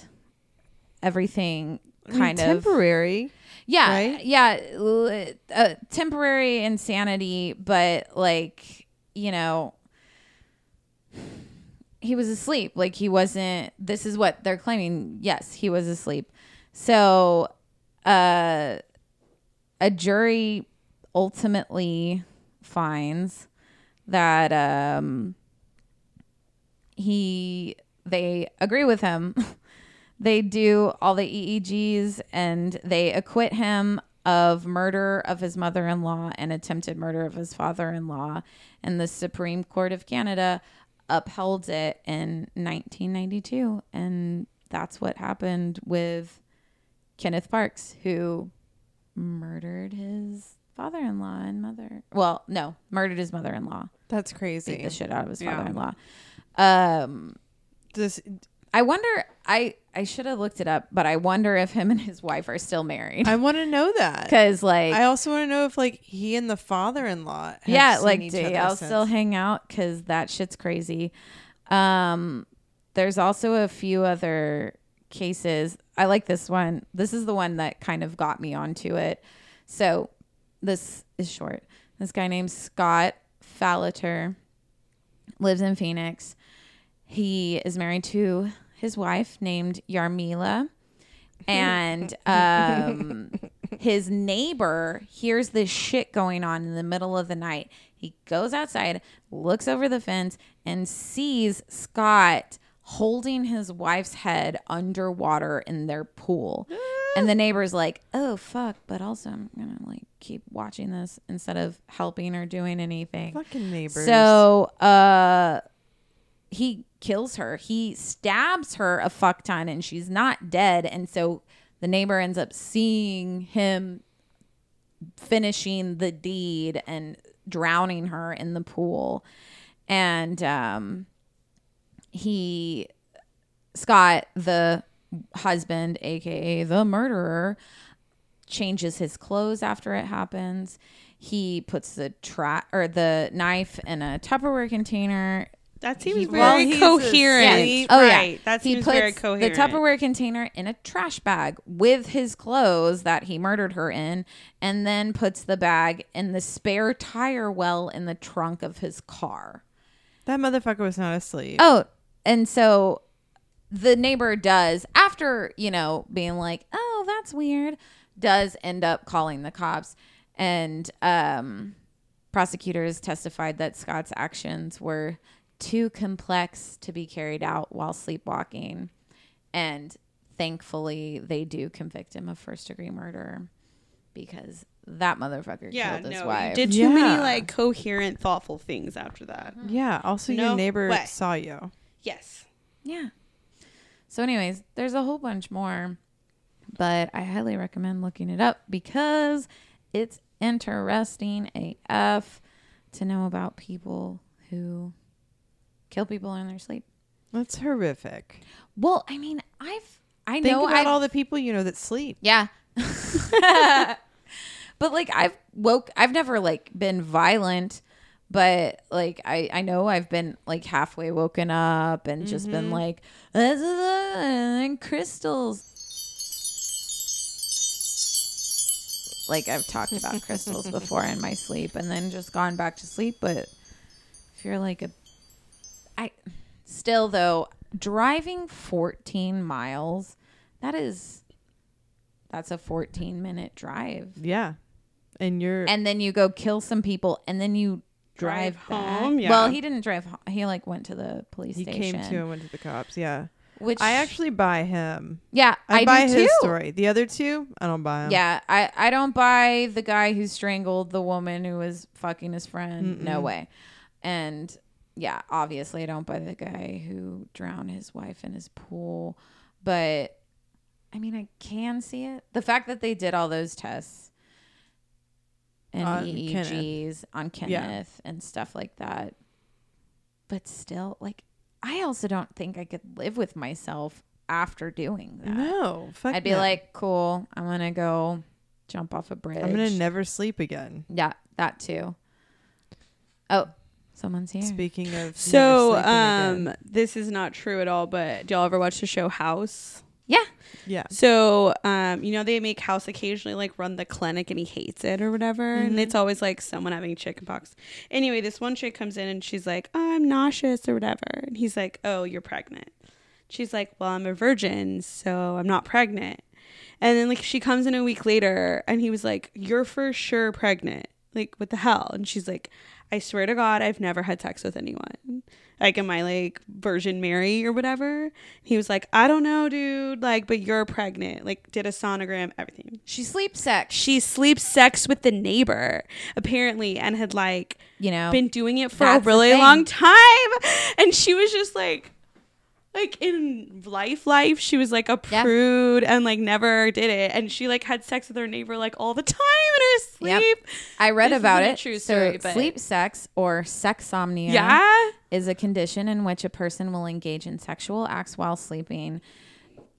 S1: everything kind of
S3: temporary.
S1: yeah,
S3: right?
S1: yeah, l- uh, temporary insanity, but like you know, he was asleep. Like he wasn't. This is what they're claiming. Yes, he was asleep. So, uh, a jury ultimately finds that um, he they agree with him. [LAUGHS] they do all the EEGs and they acquit him of murder of his mother in law and attempted murder of his father in law. And the Supreme Court of Canada upheld it in 1992. And that's what happened with Kenneth Parks, who murdered his father in law and mother. Well, no, murdered his mother in law,
S3: That's
S1: beat
S3: crazy.
S1: the shit out of his
S2: Yeah.
S1: father in law. Um,
S3: This
S1: I wonder. I I should have looked it up, but I wonder if him and his wife are still married. [LAUGHS]
S3: I want to know that.
S1: Because like,
S3: I also want to know if like he and the father-in-law. Have
S1: yeah,
S3: seen
S1: like
S3: each
S1: do
S3: other
S1: y'all
S3: since.
S1: still hang out? Because that shit's crazy. Um, there's also a few other cases. I like this one. This is the one that kind of got me onto it. So this is short. This guy named Scott Fallater lives in Phoenix. He is married to his wife named Yarmila. And um, his neighbor hears this shit going on in the middle of the night. He goes outside, looks over the fence, and sees Scott holding his wife's head underwater in their pool. And the neighbor's like, oh, fuck, but also I'm going to like keep watching this instead of helping or doing anything.
S3: fucking neighbors.
S1: So uh he kills her. He stabs her a fuck ton and she's not dead. And so the neighbor ends up seeing him finishing the deed and drowning her in the pool. And um he Scott, the husband, aka the murderer, changes his clothes after it happens. He puts the trap or the knife in a Tupperware container.
S2: That seems
S3: well,
S2: very
S3: he's
S2: coherent.
S3: asleep.
S1: Oh
S2: right.
S1: yeah,
S2: That
S1: he
S2: seems
S1: puts
S2: very coherent.
S1: the Tupperware container in a trash bag with his clothes that he murdered her in, and then puts the bag in the spare tire well in the trunk of his car.
S3: That motherfucker was not asleep.
S1: Oh, and so the neighbor does, after, you know, being like, oh, that's weird, does end up calling the cops. And um, prosecutors testified that Scott's actions were too complex to be carried out while sleepwalking. And thankfully, they do convict him of first degree murder because that motherfucker
S2: Yeah,
S1: killed his
S2: no,
S1: wife.
S2: you did too many
S3: Yeah.
S2: like coherent, thoughtful things after that.
S1: Mm-hmm.
S3: Yeah. Also,
S2: No
S3: your neighbor
S2: way.
S3: saw you.
S2: Yes.
S1: Yeah. So, anyways, there's a whole bunch more, but I highly recommend looking it up because it's interesting AF to know about people who kill people in their sleep.
S3: That's horrific.
S1: Well, I mean, I've, I
S3: Think
S1: know
S3: about
S1: I've,
S3: all the people you know that sleep.
S1: yeah. but like I've woke I've never like been violent, but like I I know I've been like halfway woken up and just been like "This is a-" and crystals. Like I've talked about crystals before in my sleep and then just gone back to sleep, but if you're like a I still though driving 14 miles, that is that's a 14 minute drive
S3: Yeah. And you're
S1: and then you go kill some people and then you drive,
S2: Drive
S1: back.
S2: home, yeah.
S1: Well, he didn't drive home. He like went to the police
S3: he
S1: station.
S3: came to and went to the cops. Yeah.
S1: Which
S3: I actually buy him.
S1: yeah,
S3: I,
S1: I,
S3: buy
S1: do
S3: his
S1: too.
S3: story. The other two, I don't buy them.
S1: Yeah, I I don't buy the guy who strangled the woman who was fucking his friend. No way. And yeah, obviously I don't buy the guy who drowned his wife in his pool, but I mean, I can see it. The fact that they did all those tests and
S3: On
S1: EEGs on Kenneth and stuff like that. But still, like, I also don't think I could live with myself after doing that.
S3: No. Fuck
S1: I'd be
S3: no.
S1: like, cool, I'm gonna go jump off a bridge.
S3: I'm gonna never sleep again.
S1: yeah, that too. Oh, someone's here.
S3: Speaking of
S2: So,
S3: never sleeping again.
S2: um, this is not true at all, but do y'all ever watch the show House?
S1: yeah.
S3: yeah,
S2: So, um, you know, they make House occasionally like run the clinic and he hates it or whatever. And it's always like someone having chickenpox. Anyway, this one chick comes in and she's like, I'm nauseous or whatever. And he's like, Oh, you're pregnant. She's like, Well, I'm a virgin, so I'm not pregnant. And then like she comes in a week later and he was like, You're for sure pregnant. Like, what the hell? And she's like, I swear to God, I've never had sex with anyone. Like, am I like Virgin Mary or whatever? He was like, I don't know, dude. Like, but you're pregnant. Like, did a sonogram, everything.
S1: She sleeps sex.
S2: She sleeps sex with the neighbor, apparently, and had like
S1: You know.
S2: been doing it for
S1: That's
S2: a
S1: the
S2: really
S1: thing.
S2: long time. And she was just like, like in life, life, she was like a
S1: Yeah.
S2: prude and like never did it. And she like had sex with her neighbor like all the time in her
S1: Yep.
S2: sleep.
S1: I read
S2: This
S1: about
S2: isn't a
S1: it.
S2: true
S1: so
S2: story, but-
S1: sleep sex or sexomnia
S2: yeah.
S1: is a condition in which a person will engage in sexual acts while sleeping.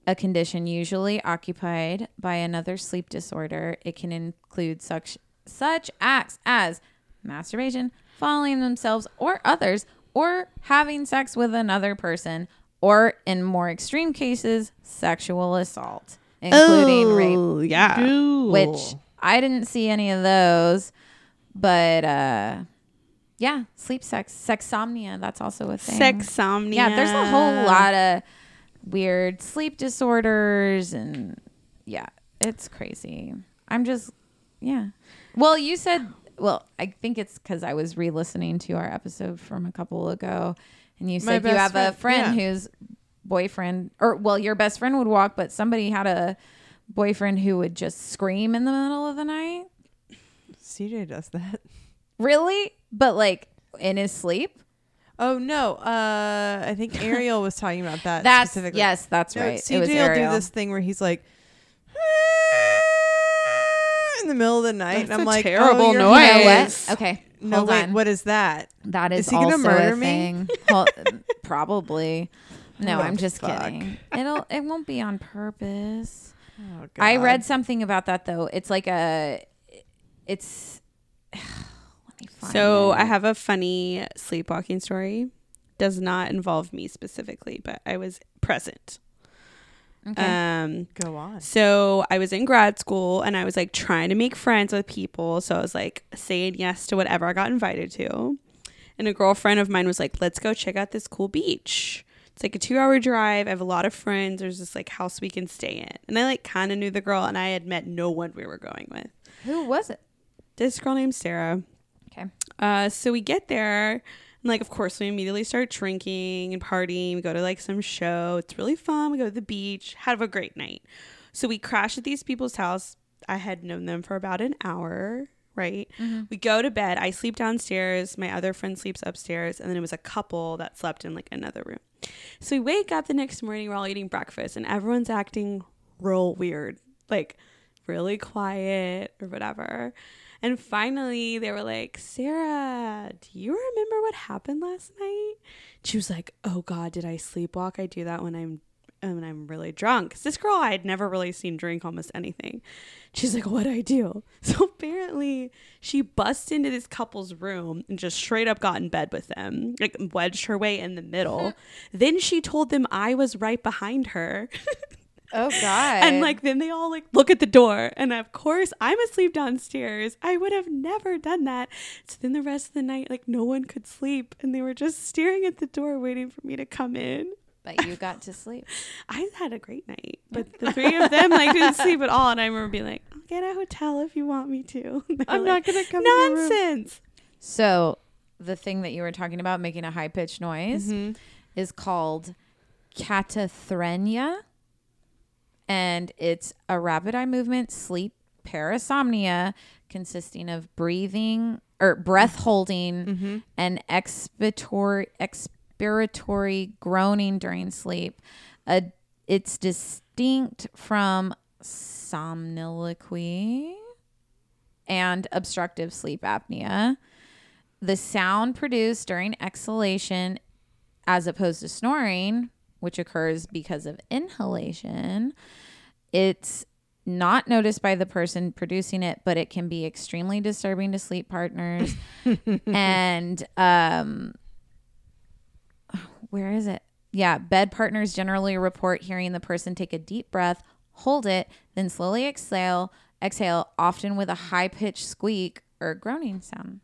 S1: A condition usually occupied by another sleep disorder. It can include such such acts as masturbation, following themselves or others, or having sex with another person, or in more extreme cases, sexual assault, including rape
S2: Oh, yeah.
S1: which I didn't see any of those. But uh yeah, sleep sex, sexomnia, that's also a thing.
S2: Sexomnia.
S1: Yeah, there's a whole lot of weird sleep disorders and yeah, it's crazy. I'm just yeah. Well, you said well, I think it's cuz I was re-listening to our episode from a couple ago and you
S3: My
S1: said you have
S3: best
S1: a
S3: friend,
S1: friend
S3: yeah.
S1: whose boyfriend or well, your best friend would walk, but somebody had a boyfriend who would just scream in the middle of the night.
S3: CJ does that. [LAUGHS]
S1: Really? But like in his sleep?
S3: Oh no, uh, I
S1: [LAUGHS]
S3: think Ariel was talking about that.
S1: That's
S3: specifically.
S1: yes, that's
S3: No,
S1: right.
S3: CJ
S1: it was
S3: will
S1: Ariel.
S3: do this thing where he's like "Ah," in the middle of the night,
S2: That's
S3: and I'm
S2: a
S3: like,
S2: terrible
S3: oh, you're
S1: You
S2: noise.
S1: know
S3: high.
S1: what?
S2: Nice.
S1: Okay.
S3: no,
S1: Hold
S3: wait,
S1: on.
S3: what is that?
S1: That is,
S3: Is he gonna
S1: also
S3: murder
S1: a
S3: me?
S1: [LAUGHS] thing. Well, probably. No,
S3: Oh,
S1: I'm just
S3: fuck.
S1: kidding. It'll it won't be on purpose.
S3: Oh,
S1: I
S3: God.
S1: read something about that though. It's like a it's [SIGHS] let me find
S2: So
S1: it.
S2: I have a funny sleepwalking story. Does not involve me specifically, but I was present.
S1: Okay.
S2: Um,
S3: Go on.
S2: so I was in grad school and I was like trying to make friends with people. So I was like saying yes to whatever I got invited to. And a girlfriend of mine was like, let's go check out this cool beach. It's like a two hour drive. I have a lot of friends. There's this like house we can stay in. And I like kind of knew the girl and I had met no one we were going with.
S1: Who was it?
S2: This girl named Sarah.
S1: Okay.
S2: Uh, so we get there, and like, of course, we immediately start drinking and partying. We go to like some show. It's really fun. We go to the beach, have a great night. So we crash at these people's house. I had known them for about an hour, right? We go to bed. I sleep downstairs. My other friend sleeps upstairs. And then it was a couple that slept in like another room. So we wake up the next morning. We're all eating breakfast, and everyone's acting real weird. Like, really quiet or whatever. And finally, they were like, Sarah, do you remember what happened last night? She was like, Oh God, did I sleepwalk? I do that when I'm when I'm really drunk. 'Cause This girl I had never really seen drink almost anything. She's like, What do I do? [LAUGHS] So apparently, she busts into this couple's room and just straight up got in bed with them, like wedged her way in the middle. then she told them I was right behind her.
S1: Oh [LAUGHS] god.
S2: And like then they all like look at the door, and of course I'm asleep downstairs. I would have never done that. So then the rest of the night, like no one could sleep, and they were just staring at the door, waiting for me to come in.
S1: but you got [LAUGHS] to sleep.
S2: I had a great night, but the three of them like [LAUGHS] didn't sleep at all, and I remember being like, "I'll get a hotel if you want me to." [LAUGHS] And they
S3: I'm
S2: were
S3: not
S2: like,
S3: gonna come. in your room.
S2: Nonsense.
S1: So the thing that you were talking about making a high pitched noise is called catathrenia. And it's a rapid eye movement, sleep, parasomnia consisting of breathing or breath holding and expiratory expiratory groaning during sleep. Uh, it's distinct from somniloquy and obstructive sleep apnea the sound produced during exhalation as opposed to snoring which occurs because of inhalation it's not noticed by the person producing it but it can be extremely disturbing to sleep partners and um where is it yeah bed partners generally report hearing the person take a deep breath hold it then slowly exhale exhale often with a high-pitched squeak or groaning sound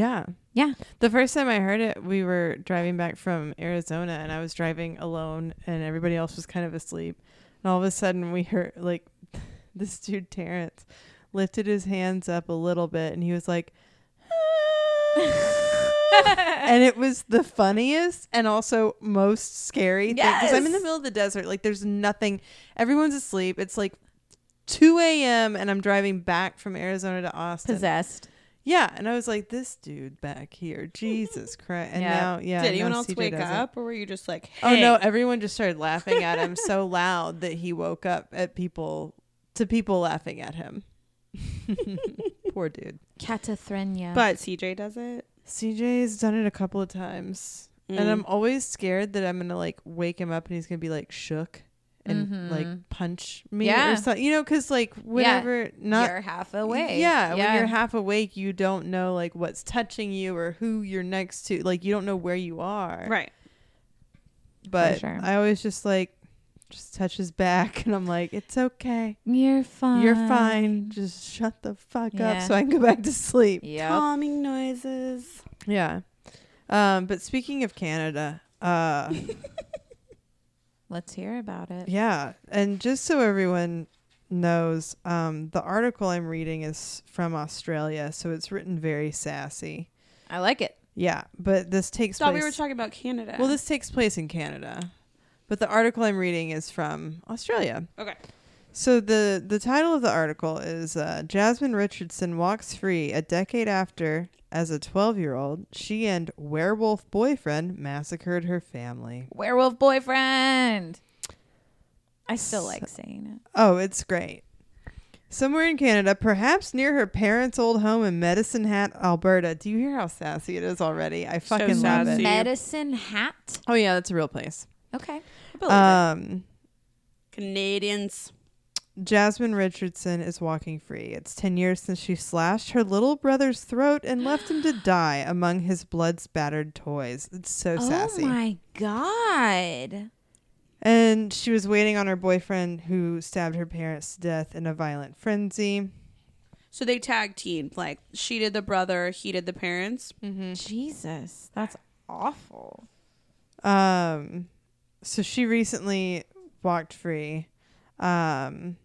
S3: Yeah.
S1: yeah
S3: The first time I heard it, we were driving back from Arizona and I was driving alone and everybody else was kind of asleep. And all of a sudden we heard like [LAUGHS] this dude Terrence lifted his hands up a little bit and he was like "Ah." and it was the funniest and also most scary thing because I'm in the
S1: Yes.
S3: middle of the desert. Like there's nothing. Everyone's asleep. It's like 2 a.m. and I'm driving back from Arizona to Austin.
S1: possessed
S3: Yeah, and I was like, this dude back here, Jesus Christ! And
S1: Yeah.
S3: now, yeah,
S2: Did
S3: now
S2: anyone else
S3: CJ
S2: wake
S3: does it.
S2: up, or were you just like,
S3: Oh no,
S2: "Hey,
S3: everyone just started laughing at him
S2: [LAUGHS]
S3: so loud that he woke up at people to people laughing
S2: [LAUGHS]
S3: at him. Poor dude.
S1: Catathrenia.
S2: But CJ does it.
S3: CJ's done it a couple of times, and
S2: Mm.
S3: I'm always scared that I'm gonna like wake him up and he's gonna be like shook and
S2: Mm-hmm.
S3: like punch me
S1: Yeah.
S3: or something. You know, because like whenever not
S1: you're half awake.
S3: Yeah, when you're half awake, you don't know like what's touching you or who you're next to. Like you don't know where you are.
S2: right.
S3: But
S1: sure.
S3: I always just like just touch his back [LAUGHS] and I'm like, it's okay.
S1: you're fine.
S3: You're fine. Just shut the fuck up
S1: Yeah.
S3: so I can go back to sleep.
S1: Yeah.
S2: Calming noises.
S3: Yeah. Um, but speaking of Canada, uh
S1: Let's hear about it.
S3: Yeah, and just so everyone knows, um, the article I'm reading is from Australia, so it's written very sassy.
S1: I like it.
S3: Yeah, but this takes
S2: Thought
S3: place.
S2: we were talking about Canada.
S3: well, this takes place in Canada, but the article I'm reading is from Australia.
S2: okay.
S3: So the the title of the article is uh, Jasmine Richardson walks free a decade after, as a 12 year old, she and werewolf boyfriend massacred her family.
S1: Werewolf boyfriend. I still like saying it.
S3: Oh, it's great. Somewhere in Canada, perhaps near her parents' old home in Medicine Hat, Alberta. Do you hear how sassy it is already? I fucking love
S2: sassy.
S3: it.
S1: Medicine Hat.
S3: Oh yeah, that's a real place.
S1: Okay.
S3: Um,
S2: Canadians.
S3: Jasmine Richardson is walking free. It's 10 years since she slashed her little brother's throat and left him to die among his blood spattered toys. It's so sassy.
S1: Oh my god.
S3: And she was waiting on her boyfriend who stabbed her parents to death in a violent frenzy.
S2: So they tag team. Like she did the brother, he did the [LAUGHS] parents.
S3: Mm.
S1: Jesus. That's awful.
S3: Um, so she recently walked free. Um,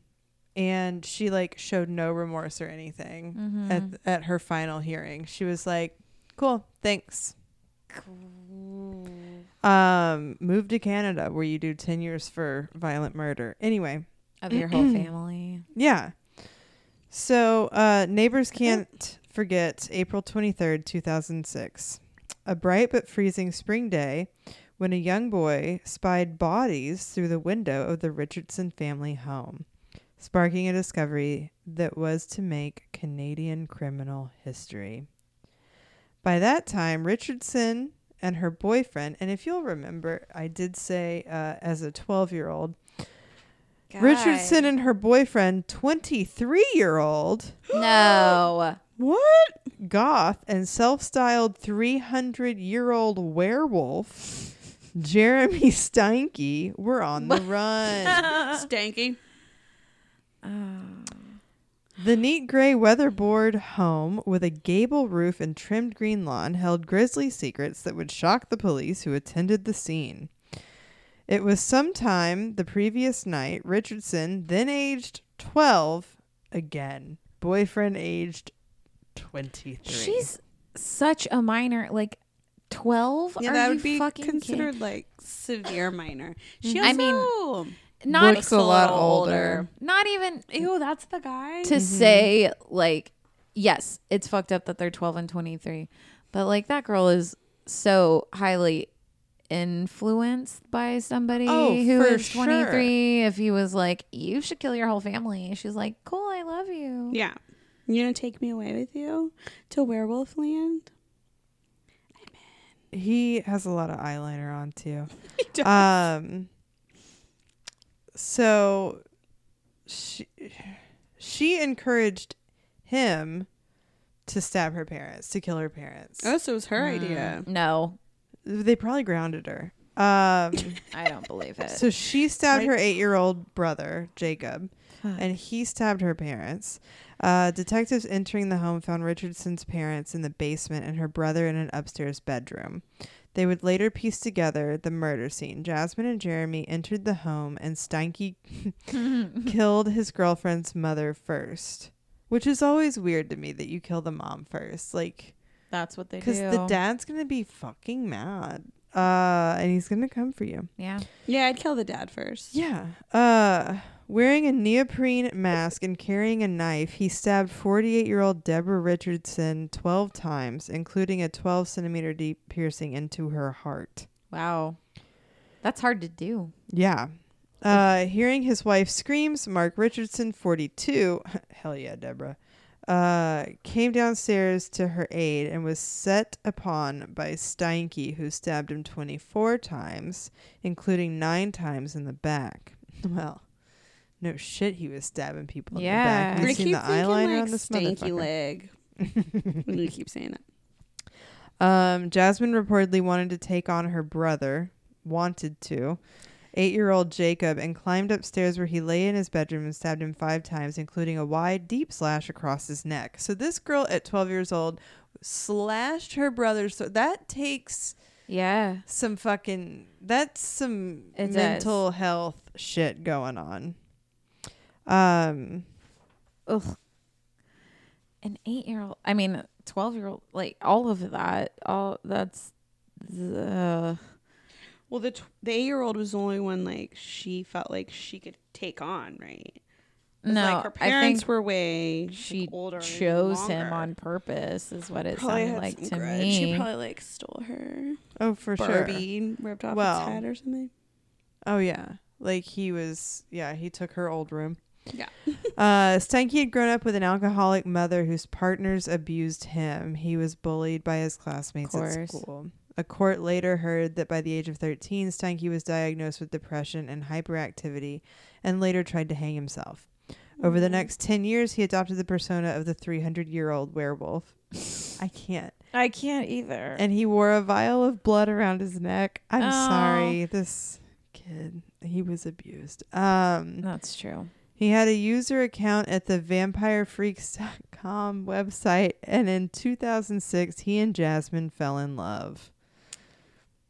S3: and she like showed no remorse or anything
S1: Mm-hmm.
S3: at, at her final hearing. She was like, cool, thanks.
S1: Mm-hmm.
S3: Um, move to Canada where you do 10 years for violent murder. Anyway,
S1: Of your
S3: [CLEARS THROAT]
S1: whole family.
S3: yeah. So, uh, neighbors can't forget April 23rd, 2006. A bright but freezing spring day when a young boy spied bodies through the window of the Richardson family home, sparking a discovery that was to make Canadian criminal history. By that time, Richardson and her boyfriend, and if you'll remember, I did say uh, as a 12 year old, Richardson and her boyfriend, 23 year old,
S1: [GASPS]
S3: [GASPS]
S1: No.
S3: what? Goth and self styled 300 year old werewolf, Jeremy Steinke, were on the run.
S2: Stanky.
S1: Ah.
S3: The neat gray weatherboard home with a gable roof and trimmed green lawn held grisly secrets that would shock the police who attended the scene. It was sometime the previous night Richardson, then aged 12, again, boyfriend aged 23.
S1: She's such a minor. Like 12?
S2: Yeah,
S1: Are
S2: that
S1: you
S2: would be
S1: fucking
S2: considered like severe minor. She also
S1: I mean, kidding? Not,
S3: looks a lot older.
S1: not even
S2: Ew, that's the guy. Mm-hmm.
S1: to say, like, yes, it's fucked up that they're 12 and 23. But, like, that girl is so highly influenced by somebody
S3: Oh,
S1: who
S3: for
S1: is 23. If he was like, you should kill your whole family, she's like, cool, I love you.
S2: Yeah. You gonna take me away with you to werewolf land?
S3: He has a lot of eyeliner on too.
S2: [LAUGHS] He does.
S3: Um so she she encouraged him to stab her parents, to kill her parents.
S2: Oh, so it was her idea.
S1: No,
S3: They probably grounded her. Um
S1: I don't believe it.
S3: so she stabbed her eight year old brother, Jacob, and he stabbed her parents. Uh, detectives entering the home found Richardson's parents in the basement and her brother in an upstairs bedroom. They would later piece together the murder scene. Jasmine and Jeremy entered the home,
S1: [LAUGHS]
S3: and Steinke killed his girlfriend's mother first, which is always weird to me that you kill the mom first. Like,
S1: That's
S2: [LAUGHS]
S1: what they do.
S3: because the dad's gonna be fucking mad, uh, and he's gonna come for you.
S1: yeah.
S2: Yeah, I'd kill the dad first.
S3: Yeah. Uh, wearing a neoprene mask and carrying a knife, he stabbed 48 year old Deborah Richardson 12 times, including a 12 centimeter deep piercing into her heart.
S1: Wow. That's hard to do.
S3: Yeah. Uh, hearing his wife screams, Mark Richardson, 42, [LAUGHS] hell yeah, Deborah, uh, came downstairs to her aid and was set upon by Steinke, who stabbed him 24 times, including nine times in the back. [LAUGHS] Well, no shit, he was stabbing people in the back.
S1: Yeah.
S3: Have
S2: I
S3: you seen
S2: keep
S3: the
S2: thinking,
S3: eyeliner
S2: like,
S3: on this
S2: stanky leg.
S3: motherfucker? [LAUGHS]
S2: you keep saying that.
S3: Um, Jasmine reportedly wanted to take on her brother, wanted to, eight year old Jacob, and climbed upstairs where he lay in his bedroom and stabbed him five times, including a wide, deep slash across his neck. So this girl at 12 years old slashed her brother. So that takes
S1: Yeah.
S3: some fucking, that's some
S1: It does.
S3: mental health shit going on. Um,
S1: Ugh. An eight year old. I mean, twelve year old. Like all of that. All that's. The,
S2: Well, the tw- the eight year old was the only one like she felt like she could take on, right? 'Cause,
S1: no,
S2: like her
S1: I
S2: parents
S1: think
S2: were way like,
S1: she
S2: older and
S1: chose him
S2: longer.
S1: on purpose. Is what it
S2: Probably
S1: sounded
S2: had
S1: like
S2: some
S1: to
S2: grudge.
S1: me.
S2: She probably like stole her
S3: oh, for sure.
S2: Barbie and ripped off
S3: Well,
S2: its head or something.
S3: Oh yeah. Like he was yeah, he took her old room.
S2: Yeah.
S3: [LAUGHS] Uh, Steinke had grown up with an alcoholic mother whose partners abused him. He was bullied by his classmates at
S1: Course.
S3: school. A court later heard that by the age of 13, Steinke was diagnosed with depression and hyperactivity and later tried to hang himself. Over the next 10 years, he adopted the persona of the 300 year old werewolf. I can't.
S1: I can't either.
S3: And he wore a vial of blood around his neck. I'm
S1: Oh.
S3: sorry. This kid, he was abused. Um,
S1: That's true.
S3: he had a user account at the vampirefreaks.com website, and in 2006, he and Jasmine fell in love.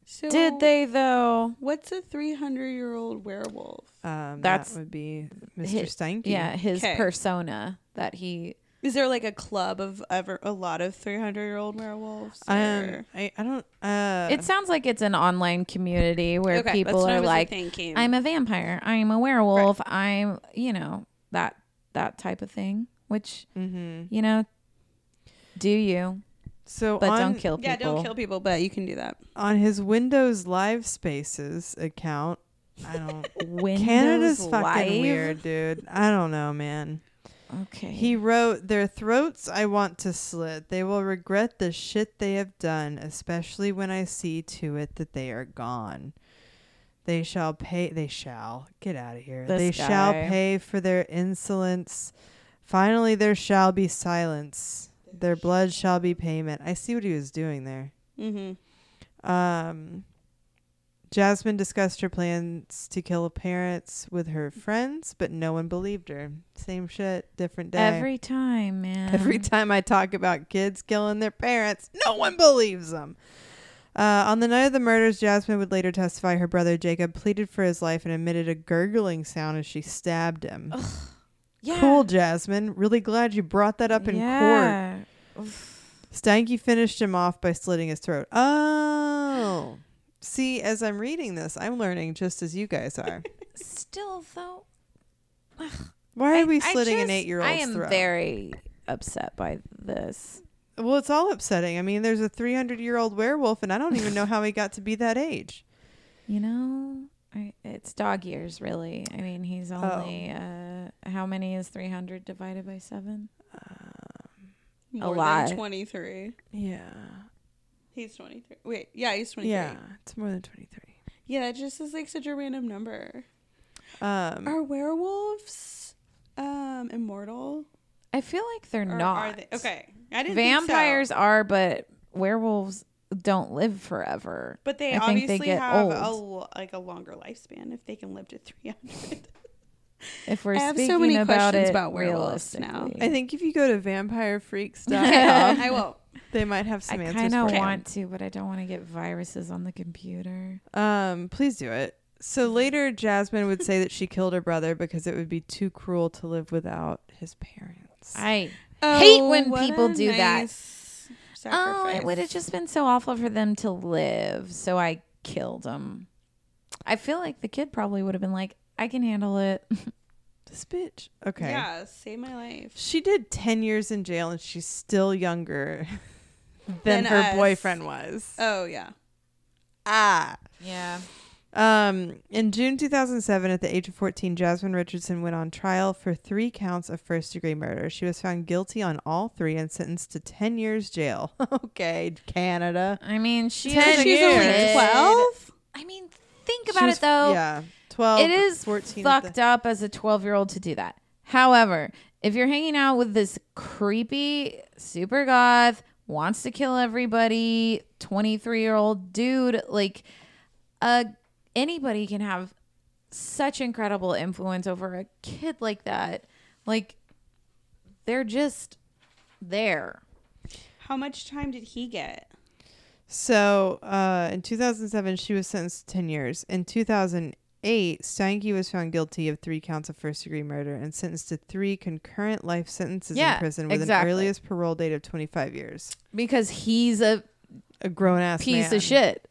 S2: So
S1: Did they though?
S2: What's a 300 year old werewolf?
S3: Um,
S1: That's
S3: that would be Mr.
S1: his-
S3: Steinke.
S1: Yeah, his
S2: 'Kay.
S1: persona that he
S2: Is there like a club of ever a lot of 300 year old werewolves?
S3: Um,
S2: or-
S3: I, I don't. Uh,
S1: It sounds like it's an online community where
S2: Okay,
S1: people
S2: that's what I
S1: are
S2: was
S1: like
S2: thinking.
S1: I'm a vampire, I'm a werewolf, I'm, you know, that that type of thing, which
S3: mhm.
S1: you know, do you,
S3: so
S1: but
S3: on,
S1: don't kill people.
S2: yeah, don't kill people, but you can do that.
S3: on his Windows Live Spaces account.
S1: [LAUGHS]
S3: I don't.
S1: Windows
S3: Canada's fucking
S1: Live?
S3: weird, dude. I don't know, man.
S1: Okay.
S3: He wrote, Their throats I want to slit. They will regret the shit they have done, especially when I see to it that they are gone. They shall pay. They shall. Get out of here.
S1: This
S3: they shall
S1: guy.
S3: pay for their insolence. Finally, there shall be silence. Their blood shall be payment. I see what he was doing there.
S2: Mm-hmm.
S3: Um, Jasmine discussed her plans to kill parents with her friends, but no one believed her. Same shit, different day.
S1: every time, man.
S3: uh, Every time I talk about kids killing their parents, no one believes them. Uh, on the night of the murders, Jasmine would later testify her brother Jacob pleaded for his life and emitted a gurgling sound as she stabbed him.
S1: yeah.
S3: Cool, Jasmine. Really glad you brought that up in court.
S1: yeah.
S3: Steinke finished him off by slitting his throat. Oh. See, as I'm reading this, I'm learning just as you
S1: [LAUGHS]
S3: guys are.
S1: Still though,
S3: Why are
S1: I-
S3: we
S1: I
S3: slitting an
S1: just-
S3: eight year old's
S1: I
S3: throat?
S1: am very upset by this.
S3: Well, it's all upsetting. I mean, there's a 300 year old werewolf, and I don't even know how he got to be that age.
S1: You know, I, it's dog years, really. I mean, he's
S3: Oh.
S1: only uh, how many is three hundred divided by seven?
S2: More
S1: lot.
S2: Than 23.
S3: Yeah.
S2: He's 23. Wait, yeah, he's 23.
S3: Yeah.
S2: Yeah.
S3: It's more than 23.
S2: Yeah, that just is like such a random number.
S3: Um,
S2: Are werewolves um immortal?
S1: I feel like they're
S2: Or
S1: not.
S2: Are they? Okay. I didn't think so.
S1: Vampires are, but werewolves don't live forever.
S2: But they
S1: I think they
S2: obviously
S1: get
S2: have a
S1: old.
S2: l- like a longer lifespan if they can live
S1: [LAUGHS]
S2: to 300.
S1: If we're
S2: I have so
S1: speaking
S2: many
S1: about
S2: questions
S1: it
S2: about werewolves now.
S1: realistically.
S3: I think if you go to
S2: [LAUGHS]
S3: vampirefreaks.com,
S2: I won't.
S3: they might have
S1: I
S3: some answers.
S1: kind of
S3: for you.
S1: want to, but I don't want to get viruses on the computer.
S3: Um, please do it. So later, Jasmine would say that she killed her brother because it would be too cruel to live without his parents.
S1: I hate
S2: Oh,
S1: when people do
S2: that.
S1: that. Oh, it would have just been so awful for them to live, so I killed them. I feel like the kid probably would have been like, "I can handle it."
S3: this bitch. Okay.
S2: Yeah, save my life.
S3: She did 10 years in jail and she's still younger [LAUGHS] than
S2: Than
S3: her
S2: us.
S3: boyfriend was.
S2: Oh yeah.
S3: Ah.
S1: Yeah.
S3: Um, in June 2007, at the age of 14, Jasmine Richardson went on trial for three counts of first degree murder. She was found guilty on all three and sentenced to 10 years jail. [LAUGHS] okay, Canada.
S1: I mean, she
S3: Ten
S1: is a
S3: years.
S1: kid.
S2: Twelve.
S1: I mean, think
S3: She
S1: about
S3: was-
S1: it though.
S3: Yeah. 12.
S1: it is
S3: 14 Oh, at the-
S1: fucked up as a 12 year old to do that. However, if you're hanging out with this creepy super goth, wants to kill everybody, 23 year old dude, like uh, anybody can have such incredible influence over a kid like that. Like they're just there.
S2: How much time did he get?
S3: So uh, in 2007, she was sentenced to 10 years. In 2008, Steinke was found guilty of three counts of first degree murder and sentenced to three concurrent life sentences
S1: Yeah,
S3: in prison with
S1: exactly.
S3: an earliest parole date of 25 years.
S1: Because he's a
S3: A grown ass
S1: piece of shit.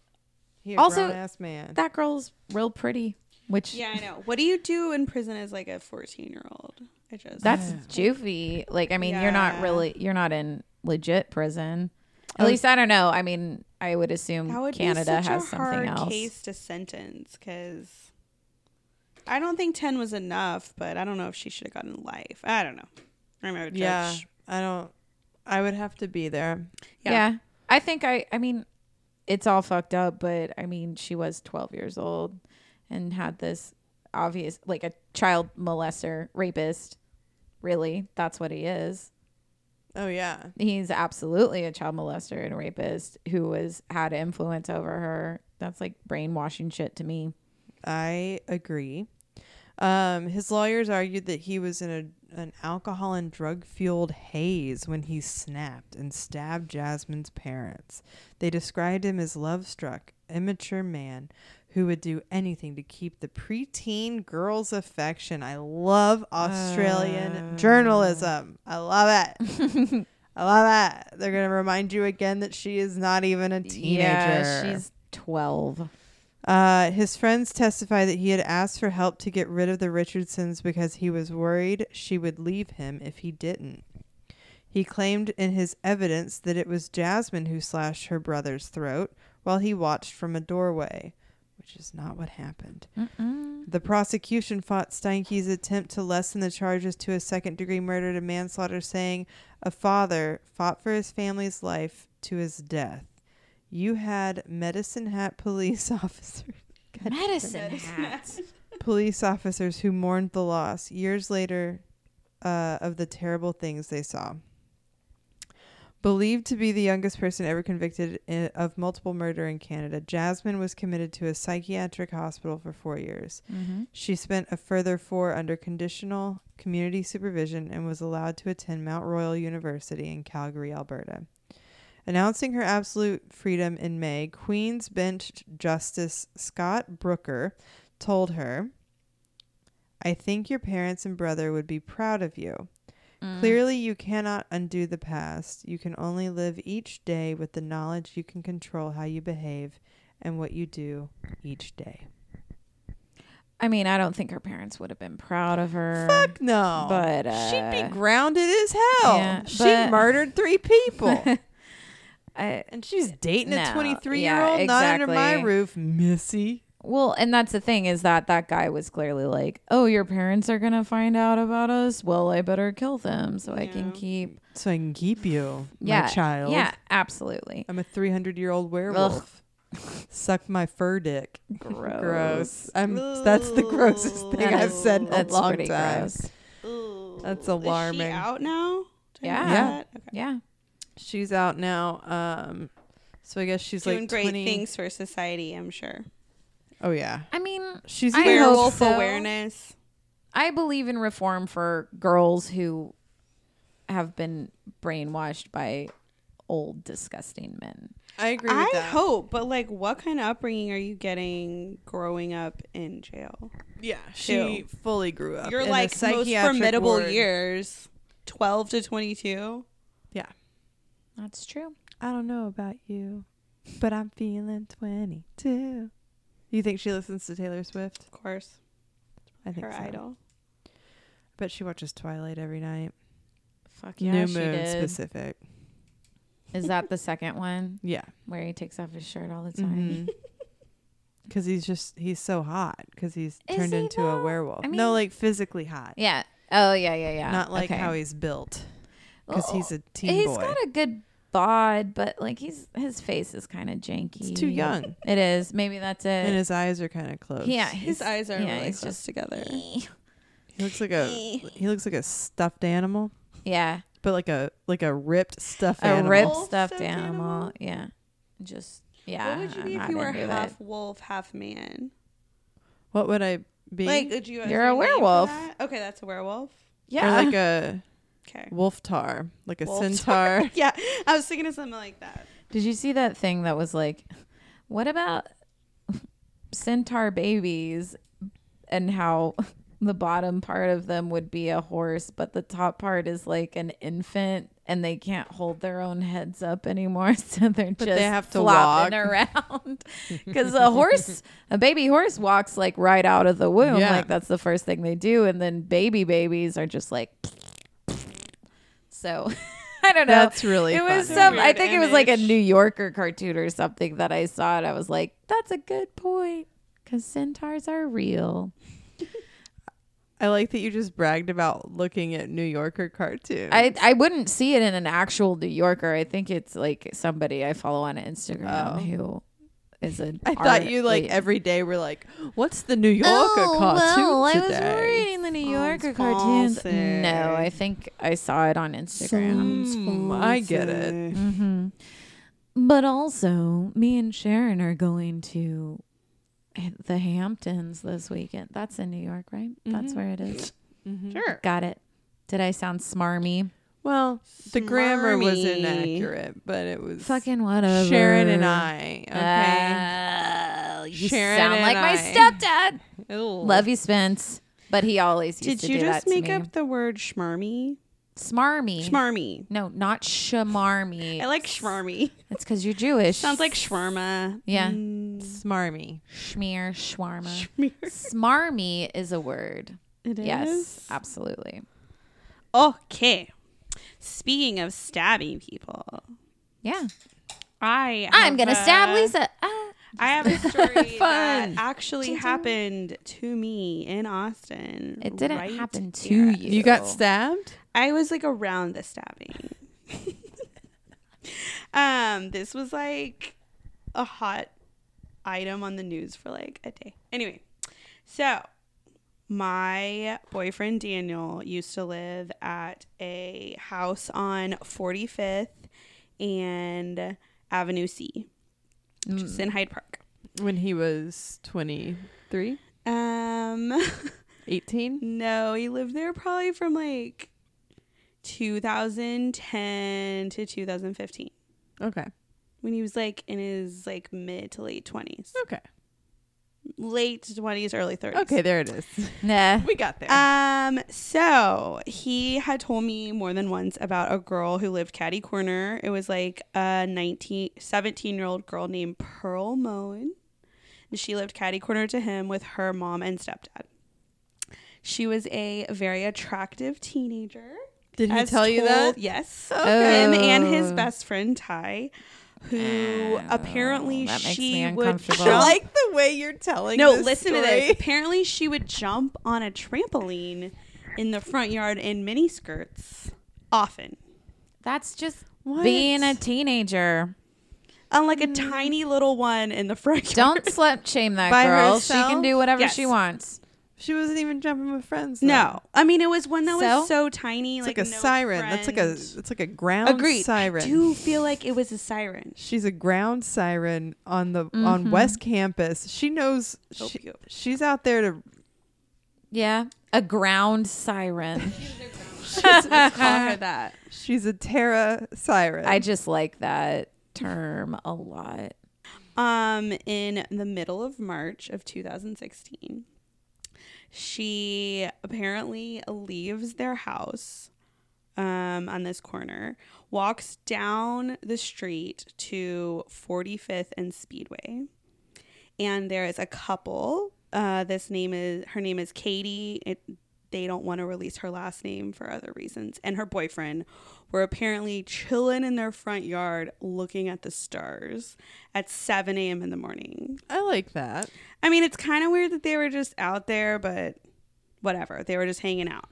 S1: Also-
S3: grown ass man.
S1: That girl's real pretty, which
S2: Yeah, I know. What do you do in prison as like a fourteen-year-old? I just
S1: That's juvie. Like, I mean, you're not
S2: Yeah.
S1: really, you're not in legit prison. At least I don't know. I mean, I would assume
S2: that would
S1: Canada
S2: be such
S1: has
S2: a
S1: something
S2: hard
S1: else.
S2: case to sentence because I don't think 10 was enough, but I don't know if she should have gotten life. I don't know. I'm out of
S3: Yeah,
S2: judge.
S3: I don't. I would have to be there.
S1: Yeah.
S2: Yeah.
S1: I think I I mean it's all fucked up, but I mean she was 12 years old and had this obvious like a child molester, rapist. Really, that's what he is.
S3: Oh yeah,
S1: He's absolutely a child molester and rapist who was had influence over her. That's like brainwashing shit to me.
S3: I agree. Um, his lawyers argued that he was in a, an alcohol and drug fueled haze when he snapped and stabbed Jasmine's parents. They described him as love struck, immature man who would do anything to keep the preteen girl's affection. I love Australian journalism. I love it. I love it. They're going to remind you again that she is not even a teenager.
S1: Yeah, she's 12.
S3: Uh, his friends testify that he had asked for help to get rid of the Richardsons because he was worried she would leave him if he didn't. He claimed in his evidence that it was Jasmine who slashed her brother's throat while he watched from a doorway, which is not what happened. The prosecution fought Steinke's attempt to lessen the charges to a second degree murder to manslaughter, saying, A father fought for his family's life to his death. You had medicine hat police [LAUGHS] officers.
S2: [LAUGHS]
S1: Medicine hat.
S3: police officers who mourned the loss years later uh, of the terrible things they saw. Believed to be the youngest person ever convicted i- of multiple murder in Canada, Jasmine was committed to a psychiatric hospital for four years. She spent a further four under conditional community supervision and was allowed to attend Mount Royal University in Calgary, Alberta. Announcing her absolute freedom in May, Queen's Bench Justice Scott Brooker told her, I think your parents and brother would be proud of you. Clearly, you cannot undo the past. You can only live each day with the knowledge you can control how you behave and what you do each day.
S1: I mean, I don't think her parents would have been proud of her.
S3: Fuck no.
S1: But,
S3: She'd be
S1: uh,
S3: grounded as hell.
S1: yeah,
S3: she
S1: but- [LAUGHS]
S3: murdered three people.
S1: I,
S3: and she's dating
S1: No,
S3: a 23 year
S1: yeah,
S3: old, not under my
S1: exactly.
S3: roof, Missy.
S1: Well, and that's the thing is that that guy was clearly like, "Oh, your parents are gonna find out about us. Well, I better kill them so I can
S2: Yeah.
S1: keep
S3: So I can keep you,
S1: yeah,
S3: my child.
S1: Yeah, absolutely.
S3: I'm a 300 year old werewolf. Suck my fur dick.
S1: Gross.
S3: [LAUGHS] Gross. I'm, that's the grossest thing I've said in a
S1: That's
S3: long
S1: pretty
S3: time.
S1: gross.
S2: Ooh.
S3: That's
S2: Is she
S3: alarming.
S2: out now? Did I
S1: Yeah.
S2: miss
S3: Yeah.
S2: that? Okay.
S1: Yeah,
S3: She's out now. Um, so I guess she's
S2: Doing
S3: like
S2: great
S3: 20.
S2: things for society, I'm sure.
S3: Oh yeah,
S1: I mean,
S3: she's
S1: I hope
S2: Werewolf
S1: so.
S2: awareness.
S1: I believe in reform for girls who have been brainwashed by old disgusting men.
S3: I agree.
S2: I hope, but like, what kind of upbringing are you getting growing up in jail?
S3: Yeah, she
S2: too.
S3: fully grew up.
S2: Your
S3: in a
S2: like most
S3: psychiatric
S2: formidable
S3: ward.
S2: years, twelve to twenty-two.
S3: Yeah,
S1: That's true.
S3: I don't know about you, but I'm feeling 22. You think she listens to Taylor Swift?
S2: Of course,
S3: I think
S2: her
S3: so.
S2: idol.
S3: But she watches Twilight every night.
S1: Fuck yeah,
S3: New
S1: she
S3: Moon
S1: did.
S3: specific.
S1: Is that the second one
S3: Yeah.
S1: where he takes off his shirt all the time?
S3: Because
S1: Mm-hmm.
S3: [LAUGHS] he's just he's so hot because he's
S1: Is
S3: turned
S1: he,
S3: into
S1: though?
S3: a werewolf.
S1: I
S3: no,
S1: mean-
S3: like physically hot.
S1: Yeah. Oh yeah, yeah, yeah.
S3: Not like
S1: Okay.
S3: how he's built because
S1: Oh. [GASPS]
S3: he's a teen
S1: He's
S3: boy.
S1: got a good bod, but like he's his face is kind of janky.
S3: He's too young,
S1: It is. Maybe that's
S3: and
S1: it.
S3: his eyes are kind of closed.
S1: Yeah,
S2: His
S1: he's-
S2: eyes are
S1: yeah,
S2: really
S1: he's
S2: close together.
S1: just-
S3: he looks like a he looks like a stuffed animal,
S1: [LAUGHS] yeah,
S3: but like a like a ripped stuffed
S1: a
S3: animal.
S1: rib
S2: Wolf
S1: stuffed
S2: stuffed
S1: animal.
S2: animal?
S1: Yeah, just yeah.
S2: what would you
S1: I'm
S2: be if
S1: not
S2: you were
S1: into
S2: half
S1: it.
S2: wolf, half man?
S3: What would I be?
S2: Like, would you? is
S1: You're
S2: there
S1: a
S2: name for
S1: werewolf.
S2: that? Okay, that's a werewolf.
S3: or
S1: [LAUGHS] Yeah,
S3: like a
S2: Okay.
S3: wolf tar, like a
S2: Wolf
S3: centaur.
S2: Yeah, I was thinking of something like that.
S1: did you see that thing that was like, what about centaur babies and how? [LAUGHS] The bottom part of them would be a horse, but the top part is like an infant, and they can't hold their own heads up anymore, [LAUGHS] so they're
S3: But
S1: just
S3: they have to
S1: flopping
S3: [LAUGHS]
S1: around. because a horse a baby horse walks like right out of the womb
S3: Yeah.
S1: like that's the first thing they do and then baby babies are just like so [LAUGHS] i don't know
S3: That's really
S1: it was
S3: funny.
S1: some i
S2: Weird
S1: think it was like a
S2: image.
S1: new yorker cartoon or something that i saw and i was like that's a good point because centaurs are real
S3: [LAUGHS] I like that you just bragged about looking at New Yorker cartoons.
S1: I, I wouldn't see it in an actual New Yorker. I think it's like somebody I follow on Instagram
S3: Oh.
S1: who is a. [LAUGHS]
S3: I thought you like every day were like, what's the New Yorker cartoon
S1: Oh, I was
S3: today?
S1: reading the New
S2: Oh, it's
S1: Yorker cartoons.
S2: false.
S1: No, I think I saw it on Instagram.
S3: Mm, I get it.
S1: hmm But also, me and Sharon are going to the Hamptons this weekend. That's in New York, right? That's
S2: Mm-hmm.
S3: Mhm.
S1: where it is. Mm-hmm.
S3: Mhm.
S2: Sure.
S1: Got it. Did I sound smarmy?
S3: Well, the grammar was
S2: Smarmy.
S3: inaccurate, but it was
S1: Fucking whatever.
S3: Sharon and I. Okay.
S1: Oh, you
S3: Sharon
S1: sound
S3: and
S1: like my
S3: I.
S1: stepdad.
S3: Ew.
S1: Love you, Spence. But he always used
S2: Did
S1: to
S2: you
S1: do
S2: just
S1: that to
S2: make
S1: me.
S2: up the word schmarmy?
S1: smarmy?
S2: Schmarmy.
S1: no, not shamarmy.
S2: I
S1: [LAUGHS]
S2: like schmarmy.
S1: It's because you're Jewish.
S2: Sounds like shawarma.
S1: Yeah.
S2: Mm,
S3: Smarmy.
S1: Schmear, shawarma.
S2: schmear.
S1: Smarmy is a word.
S2: It
S1: yes,
S2: is?
S1: absolutely.
S2: Okay. Speaking of stabbing people,
S1: Yeah.
S2: I
S1: I'm
S2: have
S1: going to
S2: a-
S1: stab Lisa. Ah.
S2: [LAUGHS] I have a
S1: [LAUGHS]
S2: story that
S3: Fun.
S2: actually happened to me in Austin.
S1: It didn't
S2: right
S1: happen to
S2: here.
S1: you.
S3: You got stabbed?
S2: I was like around the stabbing. um, this was like a hot item on the news for like a day. Anyway, so my boyfriend Daniel used to live at a house on 45th and Avenue C, which is in Hyde Park.
S3: When he was 23,
S2: Um,
S3: 18?
S2: No, he lived there probably from like 2010 to 2015
S3: Okay.
S2: when he was like in his like mid to late 20s.
S3: Okay.
S2: Late 20s, early 30s.
S3: Okay, there it is.
S1: Nah.
S3: [LAUGHS] We got there.
S2: Um, so he had told me more than once about a girl who lived Caddy Corner. It was like a 19, 17 year old girl named Pearl Moen. And she lived Caddy Corner to him with her mom and stepdad. She was a very attractive teenager.
S3: Did he
S2: as
S3: tell you
S2: told-
S3: that?
S2: Yes.
S1: Okay.
S2: Him and his
S1: Oh.
S2: best friend Ty, who apparently
S1: that makes
S2: she
S1: me
S2: would
S1: uncomfortable.
S2: jump.
S1: I like
S3: the way you're telling.
S2: no, listen to this. Apparently, she would jump on a trampoline in the front yard in mini skirts often
S1: That's just
S3: What?
S1: being a teenager.
S2: on like a tiny little one in the front yard.
S1: Mm.
S2: [LAUGHS]
S1: Don't slut shame that
S3: By
S1: girl. She can
S3: herself?
S1: do whatever
S2: Yes.
S1: she wants.
S3: She wasn't even jumping with friends. though.
S2: No, I mean it was one
S1: So?
S2: that was so tiny,
S3: it's
S2: like,
S3: like, a
S2: no
S3: siren. That's like a
S2: friend.
S3: it's like a ground
S2: agreed
S3: siren.
S2: I do feel like it was a siren.
S3: She's a ground siren on the on West Campus. She knows
S2: Mm-hmm. So
S3: she,
S2: beautiful.
S3: she's out there to
S1: Yeah. A ground siren. [LAUGHS]
S2: Call her that.
S3: she's a Terra siren.
S1: I just like that term a lot.
S2: Um, in the middle of March of 2016, she apparently leaves their house um, on this corner, walks down the street to 45th and Speedway, and there is a couple. Uh, this name is her name is Katie. It, they don't want to release her last name for other reasons, and her boyfriend were apparently chilling in their front yard, looking at the stars at 7 a.m. in the morning.
S3: I like that.
S2: I mean, it's kind of weird that they were just out there, but whatever. They were just hanging out.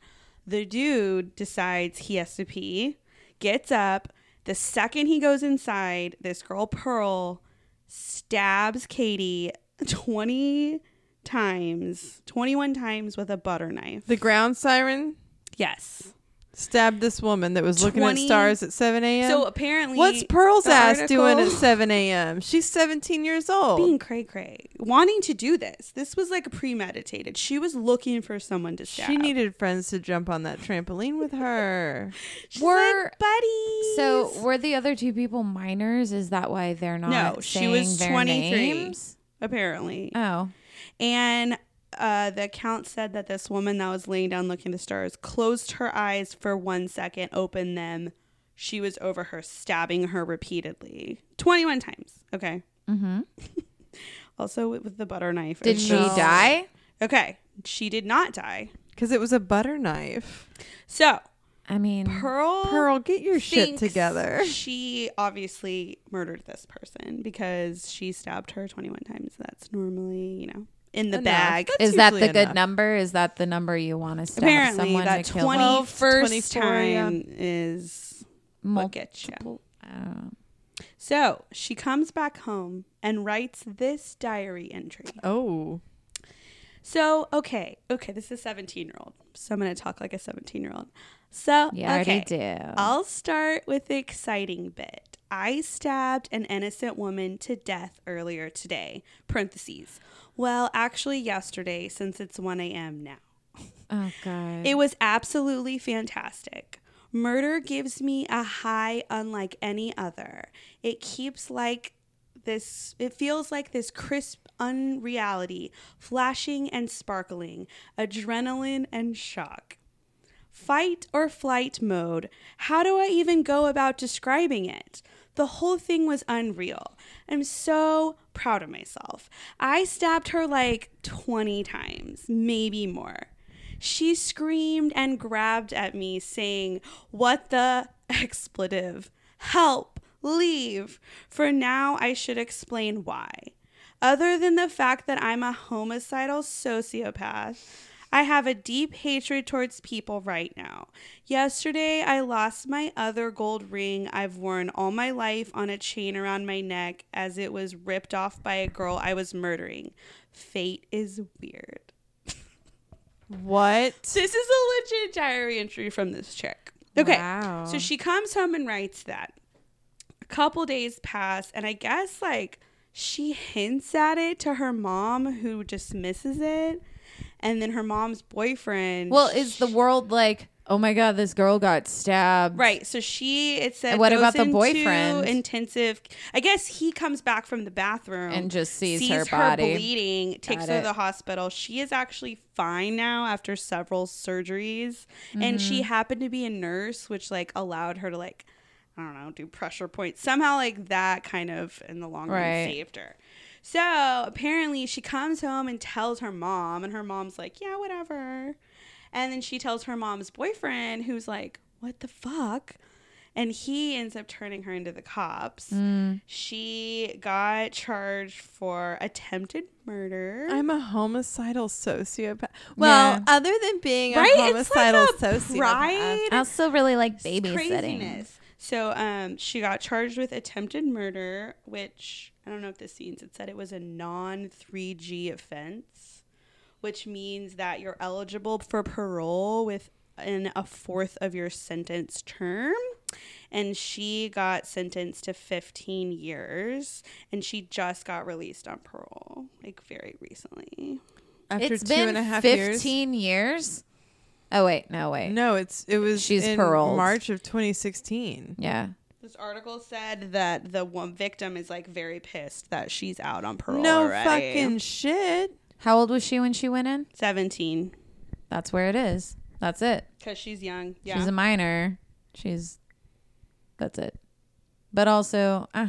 S2: The dude decides he has to pee, gets up. The second he goes inside, this girl, Pearl, stabs Katie 20 times, 21 times with a butter knife.
S3: The ground siren
S2: Yes.
S3: stabbed this woman that was looking
S2: 20
S3: at stars at seven a.m.
S2: So apparently,
S3: What's Pearl's
S2: the
S3: ass doing at
S2: article-
S3: 7 a.m.? She's 17 years old.
S2: being cray cray, wanting to do this. This was like premeditated. She was looking for someone to stab.
S3: she needed friends to jump on that trampoline
S2: [LAUGHS]
S3: with her.
S2: She's
S1: Were-
S2: like, buddy.
S1: So were the other two people minors? Is that why they're not?
S2: No, she
S1: saying
S2: was
S1: their
S2: 23.
S1: names?
S2: apparently.
S1: Oh,
S2: And uh, the account said that this woman that was laying down looking at the stars closed her eyes for one second, opened them. She was over her, stabbing her repeatedly, twenty-one times. Okay.
S3: Mm-hmm.
S1: Mhm.
S2: [LAUGHS] also with, with the butter knife.
S1: did
S2: It's
S1: she
S2: just-
S1: die?
S2: Okay, she did not die.
S3: Because it was a butter knife.
S2: So
S1: I mean,
S2: Pearl.
S3: Pearl, get your shit
S2: thinks [LAUGHS]
S3: together.
S2: She obviously murdered this person because she stabbed her 21 times. That's normally, you know, in the
S3: Enough.
S2: bag.
S3: That's
S1: Is that the
S3: usually
S1: good
S3: enough.
S1: number? Is that the number you want to stab
S2: Apparently,
S1: someone
S2: that
S1: to kill
S2: 20,
S1: them?
S3: Well, first
S2: 24
S3: time
S2: time is what gets you.
S1: Multiple- uh,
S2: So she comes back home and writes this diary entry.
S3: Oh,
S2: So, okay, okay, this is a 17 year old. So I'm going to talk like a 17 year old. So,
S1: yeah, I
S2: okay.
S1: already do.
S3: Uh,
S2: I'll start with the exciting bit. I stabbed an innocent woman to death earlier today. Parentheses. Well, actually, yesterday, since it's 1 a.m. now.
S1: oh god.
S2: It was absolutely fantastic. Murder gives me a high unlike any other. It keeps like this, it feels like this crisp unreality, flashing and sparkling, adrenaline and shock. Fight or flight mode. How do I even go about describing it? The whole thing was unreal. I'm so proud of myself. I stabbed her like 20 times, maybe more. She screamed and grabbed at me, saying, What the expletive? Help! Leave! For now, I should explain why. Other than the fact that I'm a homicidal sociopath, I have a deep hatred towards people right now. Yesterday, I lost my other gold ring I've worn all my life on a chain around my neck as it was ripped off by a girl I was murdering. Fate is weird.
S3: what?
S2: This is a legit diary entry from this chick. Okay.
S3: Wow.
S2: So she comes home and writes that. A couple days pass, and I guess like she hints at it to her mom, who dismisses it, and then her mom's boyfriend.
S1: well, is the world like, oh my god, this girl got stabbed?
S2: right? So she it said.
S1: And what
S2: goes
S1: about the
S2: into
S1: boyfriend?
S2: Intensive. I guess he comes back from the bathroom
S1: And just sees her body.
S2: bleeding, takes
S1: Got
S2: her to
S1: it.
S2: the hospital. She is actually fine now after several surgeries, and
S1: Mm-hmm.
S2: she happened to be a nurse, which like allowed her to like, I don't know, do pressure points somehow like that kind of in the long
S1: Right.
S2: run saved her. So apparently she comes home and tells her mom, and her mom's like, yeah, whatever. And then she tells her mom's boyfriend, who's like, what the fuck? And he ends up turning her into the cops. She got charged for attempted murder.
S3: I'm a homicidal sociopath. Well,
S1: Yeah.
S3: other than being
S2: Right?
S3: a
S2: It's like
S3: homicidal
S2: a
S3: sociopath,
S2: pride
S1: I also really like
S2: It's
S1: babysitting.
S2: So um, she got charged with attempted murder, which I don't know if this means it said it was a non 3G offense, which means that you're eligible for parole within a fourth of your sentence term. And she got sentenced to 15 years, and she just got released on parole, like very recently.
S3: after
S1: it's
S3: two
S1: been
S3: and a half years.
S1: 15 years. Oh wait, no wait.
S3: No, it's it was
S1: She's
S3: in
S1: paroled.
S3: March of 2016.
S1: Yeah.
S2: This article said that the one victim is like very pissed that she's out on parole.
S3: no
S2: already.
S3: fucking shit.
S1: How old was she when she went in?
S2: 17
S1: That's where it is. That's it.
S2: because she's young yeah
S1: She's a minor. She's that's it. But also, uh,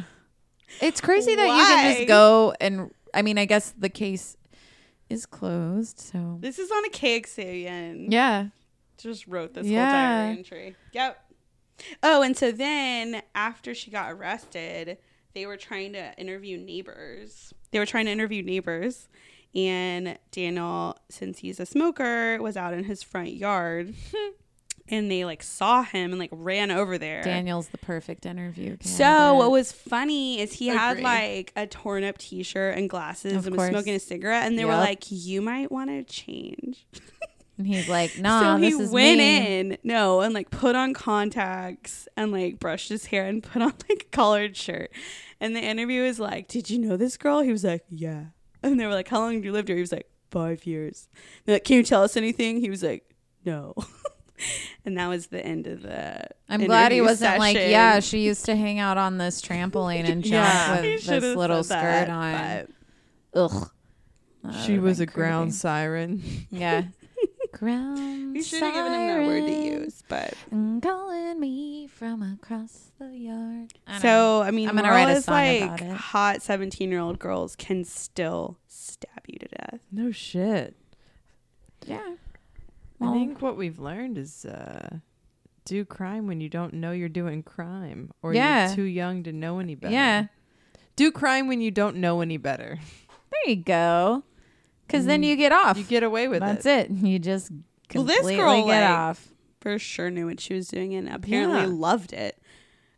S1: it's crazy that you can
S2: Why?
S1: just go and I mean, I guess the case is closed, so
S2: this is on a KXAN
S1: yeah.
S2: just wrote this whole
S1: Yeah.
S2: diary entry yep oh and so then after she got arrested they were trying to interview neighbors they were trying to interview neighbors and Daniel since he's a smoker was out in his front
S1: [LAUGHS]
S2: yard and they like saw him and like ran over there
S1: Daniel's the perfect interview.
S2: So
S1: candidate.
S2: what was funny is he had
S3: Agree.
S2: like a torn up T-shirt and glasses
S1: Of
S2: and was
S1: course.
S2: smoking a cigarette, and they were
S1: Yup.
S2: like, "You might want to change."
S1: and he's like, "Nah,
S2: so
S1: this
S2: he
S1: is
S2: went
S1: me."
S2: in, no, and like put on contacts and like brushed his hair and [LAUGHS] put on like a collared shirt. And the interview was like, "Did you know this girl?" He was like, "Yeah." And they were like, "How long have you lived here?" He was like, five years." They're like, "Can you tell us anything?" He was like, "No." [LAUGHS] and that was the end of the.
S1: I'm glad he
S2: interview
S1: wasn't like,
S2: session.
S1: "Yeah, she used to hang out on this trampoline
S2: [LAUGHS]
S1: and jump
S3: Yeah.
S2: He
S1: with
S2: should've
S1: this little skirt
S2: said that,
S1: on."
S2: but-
S1: Ugh. That
S3: She
S1: would've
S3: was a
S1: been creepy.
S3: ground siren. [LAUGHS]
S1: Yeah. ground.
S2: You should have given him that word to
S1: siren.
S2: use, but
S1: And calling me from across the yard. I don't know.
S2: so I mean,
S1: I'm
S2: I'm
S1: gonna
S2: gonna
S1: write a
S2: is
S1: song
S2: like
S1: about it.
S2: hot seventeen-year-old girls can still stab you to death.
S3: No shit.
S1: yeah.
S3: I
S1: Well,
S3: think what we've learned is uh, do crime when you don't know you're doing crime or
S1: Yeah.
S3: you're too young to know any better.
S1: yeah.
S3: Do crime when you don't know any better.
S1: There you go. because then you get off.
S3: Mm. You get away with
S1: That's
S3: it.
S1: it. You just
S2: Well, this
S1: completely
S2: girl,
S1: get
S2: like-
S1: off.
S2: for sure knew what she was doing and apparently
S3: Yeah.
S2: loved it.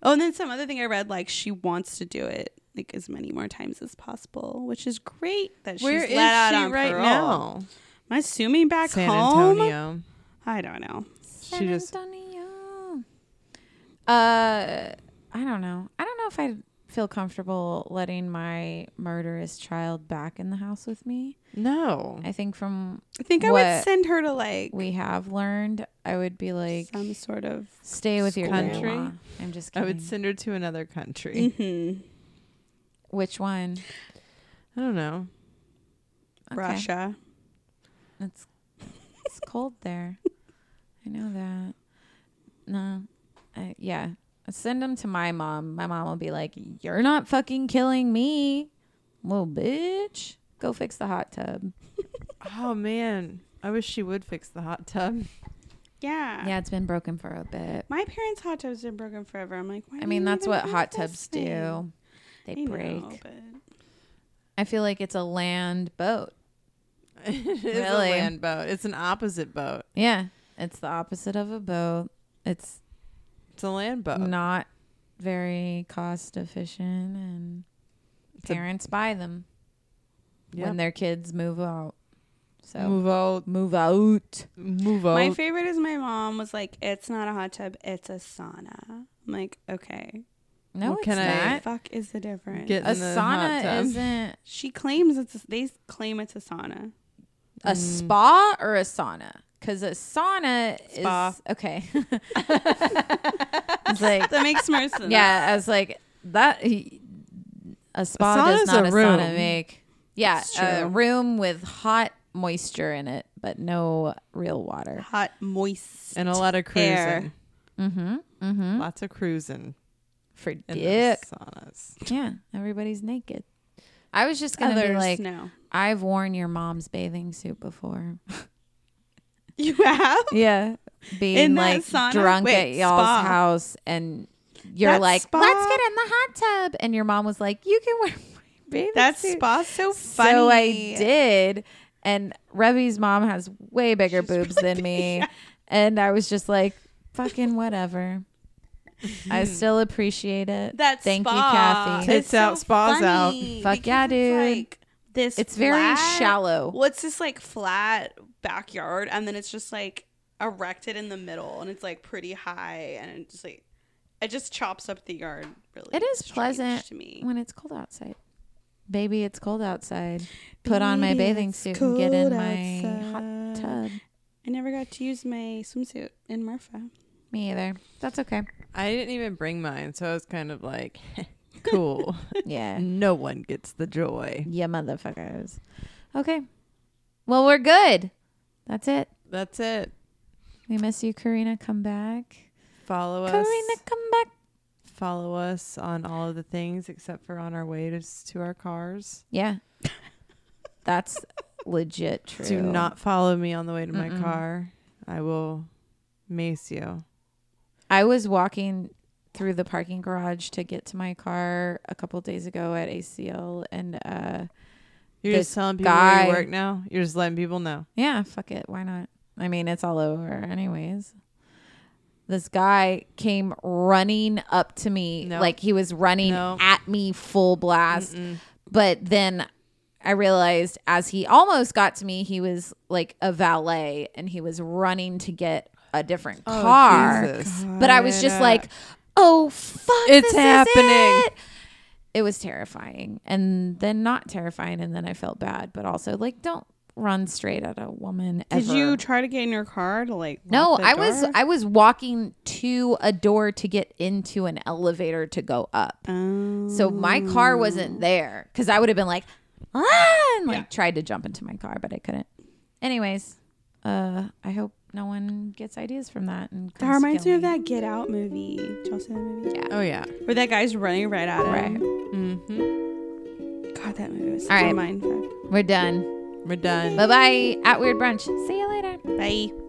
S2: Oh, and then some other thing I read, like she wants to do it like as many more times as possible, which is great that
S3: Where
S2: she's
S3: is
S2: let out
S3: she
S2: on
S3: right
S2: parole.
S3: now?
S2: Am I assuming back
S3: San
S2: home?
S3: Antonio.
S2: I don't know.
S3: She just
S1: Antonio. Uh, I don't know. I don't know if I feel comfortable letting my murderous child back in the house with me.
S3: no.
S1: I think from
S2: I think I would
S1: What
S2: send her to like
S1: we have learned, I would be like,
S2: some sort of
S1: stay with your
S3: Country?
S1: grandma. I'm just
S3: I
S1: kidding.
S3: would send her to another country.
S2: Mhm.
S1: Which one?
S3: I don't know.
S1: Okay.
S2: Russia.
S1: It's it's cold there. I know that. No, I, yeah. Send them to my mom. My mom will be like, "You're not fucking killing me, little bitch. Go fix the hot tub."
S3: Oh man, I wish she would fix the hot tub. [LAUGHS]
S2: Yeah.
S1: Yeah, it's been broken for a bit.
S2: My parents' hot tubs have been broken forever. I'm like, why
S1: I
S2: do
S1: mean,
S2: you
S1: that's
S2: even
S1: what
S2: have
S1: hot
S2: this
S1: tubs
S2: thing?
S1: do.
S2: I
S1: They
S2: know,
S1: break.
S2: but-
S1: I feel like it's a land boat.
S3: it's
S1: Really?
S3: a land boat. It's an opposite boat.
S1: Yeah, it's the opposite of a boat. It's
S3: It's a land boat.
S1: not very cost efficient, and
S3: It's a-
S1: parents buy them.
S3: yeah.
S1: when their kids move out. So move,
S3: move out,
S1: out.
S3: move
S2: My
S3: out.
S2: favorite is my mom was like, "It's not a hot tub, it's a sauna." I'm like, "Okay,
S1: No,
S3: Well,
S1: it's
S3: can I-
S2: what the
S1: not.
S2: fuck is the difference?"
S3: Get-
S1: A
S3: in the hot
S1: sauna
S3: tub.
S1: isn't
S2: she claims it's a, they claim it's a sauna.
S1: a spa or a sauna. Because a sauna
S2: Spa.
S1: is okay. [LAUGHS] it's [LAUGHS]
S3: [LAUGHS]
S1: like
S2: [LAUGHS] That makes more sense.
S1: yeah, I was like that. he- A spa does
S3: sauna's
S1: not
S3: a
S1: a,
S3: room.
S1: sauna make. Yeah,
S2: It's
S1: a
S2: true.
S1: room with hot moisture in it, but no real water.
S2: hot, moist.
S3: and a lot of cruising. Hmm?
S2: Air.
S1: Mm-hmm. Mm-hmm.
S3: Lots of cruising
S1: For
S3: in
S1: dick.
S3: the saunas.
S1: Yeah, everybody's naked. I was just gonna
S2: Others
S1: be like,
S2: no.
S1: I've worn your mom's bathing suit before.
S2: [LAUGHS] You have
S1: Yeah. [LAUGHS] Being
S2: In that
S1: like
S2: sauna?
S1: drunk
S2: Wait,
S1: at y'all's
S2: spa.
S1: house and you're
S2: That
S1: like,
S2: spa?
S1: let's get in the hot tub. And your mom was like, you can wear [LAUGHS] my bathing
S2: that
S1: suit.
S2: spa's so funny.
S1: So I did. And Rebby's mom has way bigger boobs than
S2: [LAUGHS]
S1: me. And I was just like, fucking whatever.
S2: [LAUGHS]
S1: I still appreciate it.
S2: That
S1: Thank
S2: spa.
S1: you, Kathy.
S3: Tits out, spa's out.
S2: funny
S1: Fuck
S2: because
S1: yeah,
S2: it's
S1: dude.
S2: Like, this
S1: It's very
S2: flat-
S1: shallow.
S2: Well, it's this like flat backyard, and then it's just like erected in the middle, and it's like pretty high, and it just like it just chops up the yard. Really,
S1: It is
S2: strange
S1: pleasant
S2: to me.
S1: when it's cold outside. Baby, it's cold outside. Put on my
S2: Baby,
S1: bathing
S2: it's
S1: suit and get in
S2: cold
S1: my
S2: outside.
S1: hot tub.
S2: I never got to use my swimsuit in Marfa.
S1: Me either. That's
S2: [LAUGHS]
S1: okay.
S3: I didn't even bring mine, so I was kind of like, [LAUGHS] cool.
S1: Yeah.
S3: [LAUGHS] no one gets the joy.
S1: yeah, motherfuckers. Okay. Well, we're good. That's it.
S3: That's it.
S1: We miss you, Karina. Come back.
S3: Follow us.
S1: Karina, come back.
S3: Follow us on all of the things except for on our way to, s- to our cars.
S2: [LAUGHS]
S1: Yeah. That's legit true.
S3: Do not follow me on the way to my
S1: Mm-mm.
S3: car. I will mace you.
S1: I was walking through the parking garage to get to my car a couple days ago at ACL and uh
S3: You're
S1: This
S3: just telling people where
S1: guy-
S3: you work now. You're just letting people know.
S1: Yeah, fuck it. Why not? I mean, it's all over, anyways. This guy came running up to me,
S3: No.
S1: like he was running
S3: No.
S1: at me full blast.
S3: Mm-mm.
S1: But then I realized as he almost got to me, he was like a valet and he was running to get a different car.
S3: Oh, Jesus.
S1: But I was just like, oh, fuck. this
S3: It's
S1: is
S3: happening.
S1: it." it was terrifying and then not terrifying. And then I felt bad, but also like, don't run straight at a woman.
S2: Did
S1: ever.
S2: you try to get in your car to like?
S1: No,
S2: lock the
S1: I was
S2: door?
S1: I was walking to a door to get into an elevator to go up.
S2: Oh.
S1: So my car wasn't there because I would have been like, ah, and like tried to jump into my car, but I couldn't. Anyways, uh, I hope no one gets ideas from that. And
S2: that
S1: comes to
S2: reminds
S1: kill
S2: me of that Get Out movie. Did y'all see that movie?
S1: Yeah.
S3: oh yeah.
S2: Where that guy's running right at
S1: Right.
S2: him.
S3: Mm-hmm.
S2: God, that movie was
S1: All
S2: such a
S1: right.
S2: mind fuck.
S1: We're done.
S3: We're done.
S1: Bye bye. At Weird Brunch. See you later.
S2: Bye.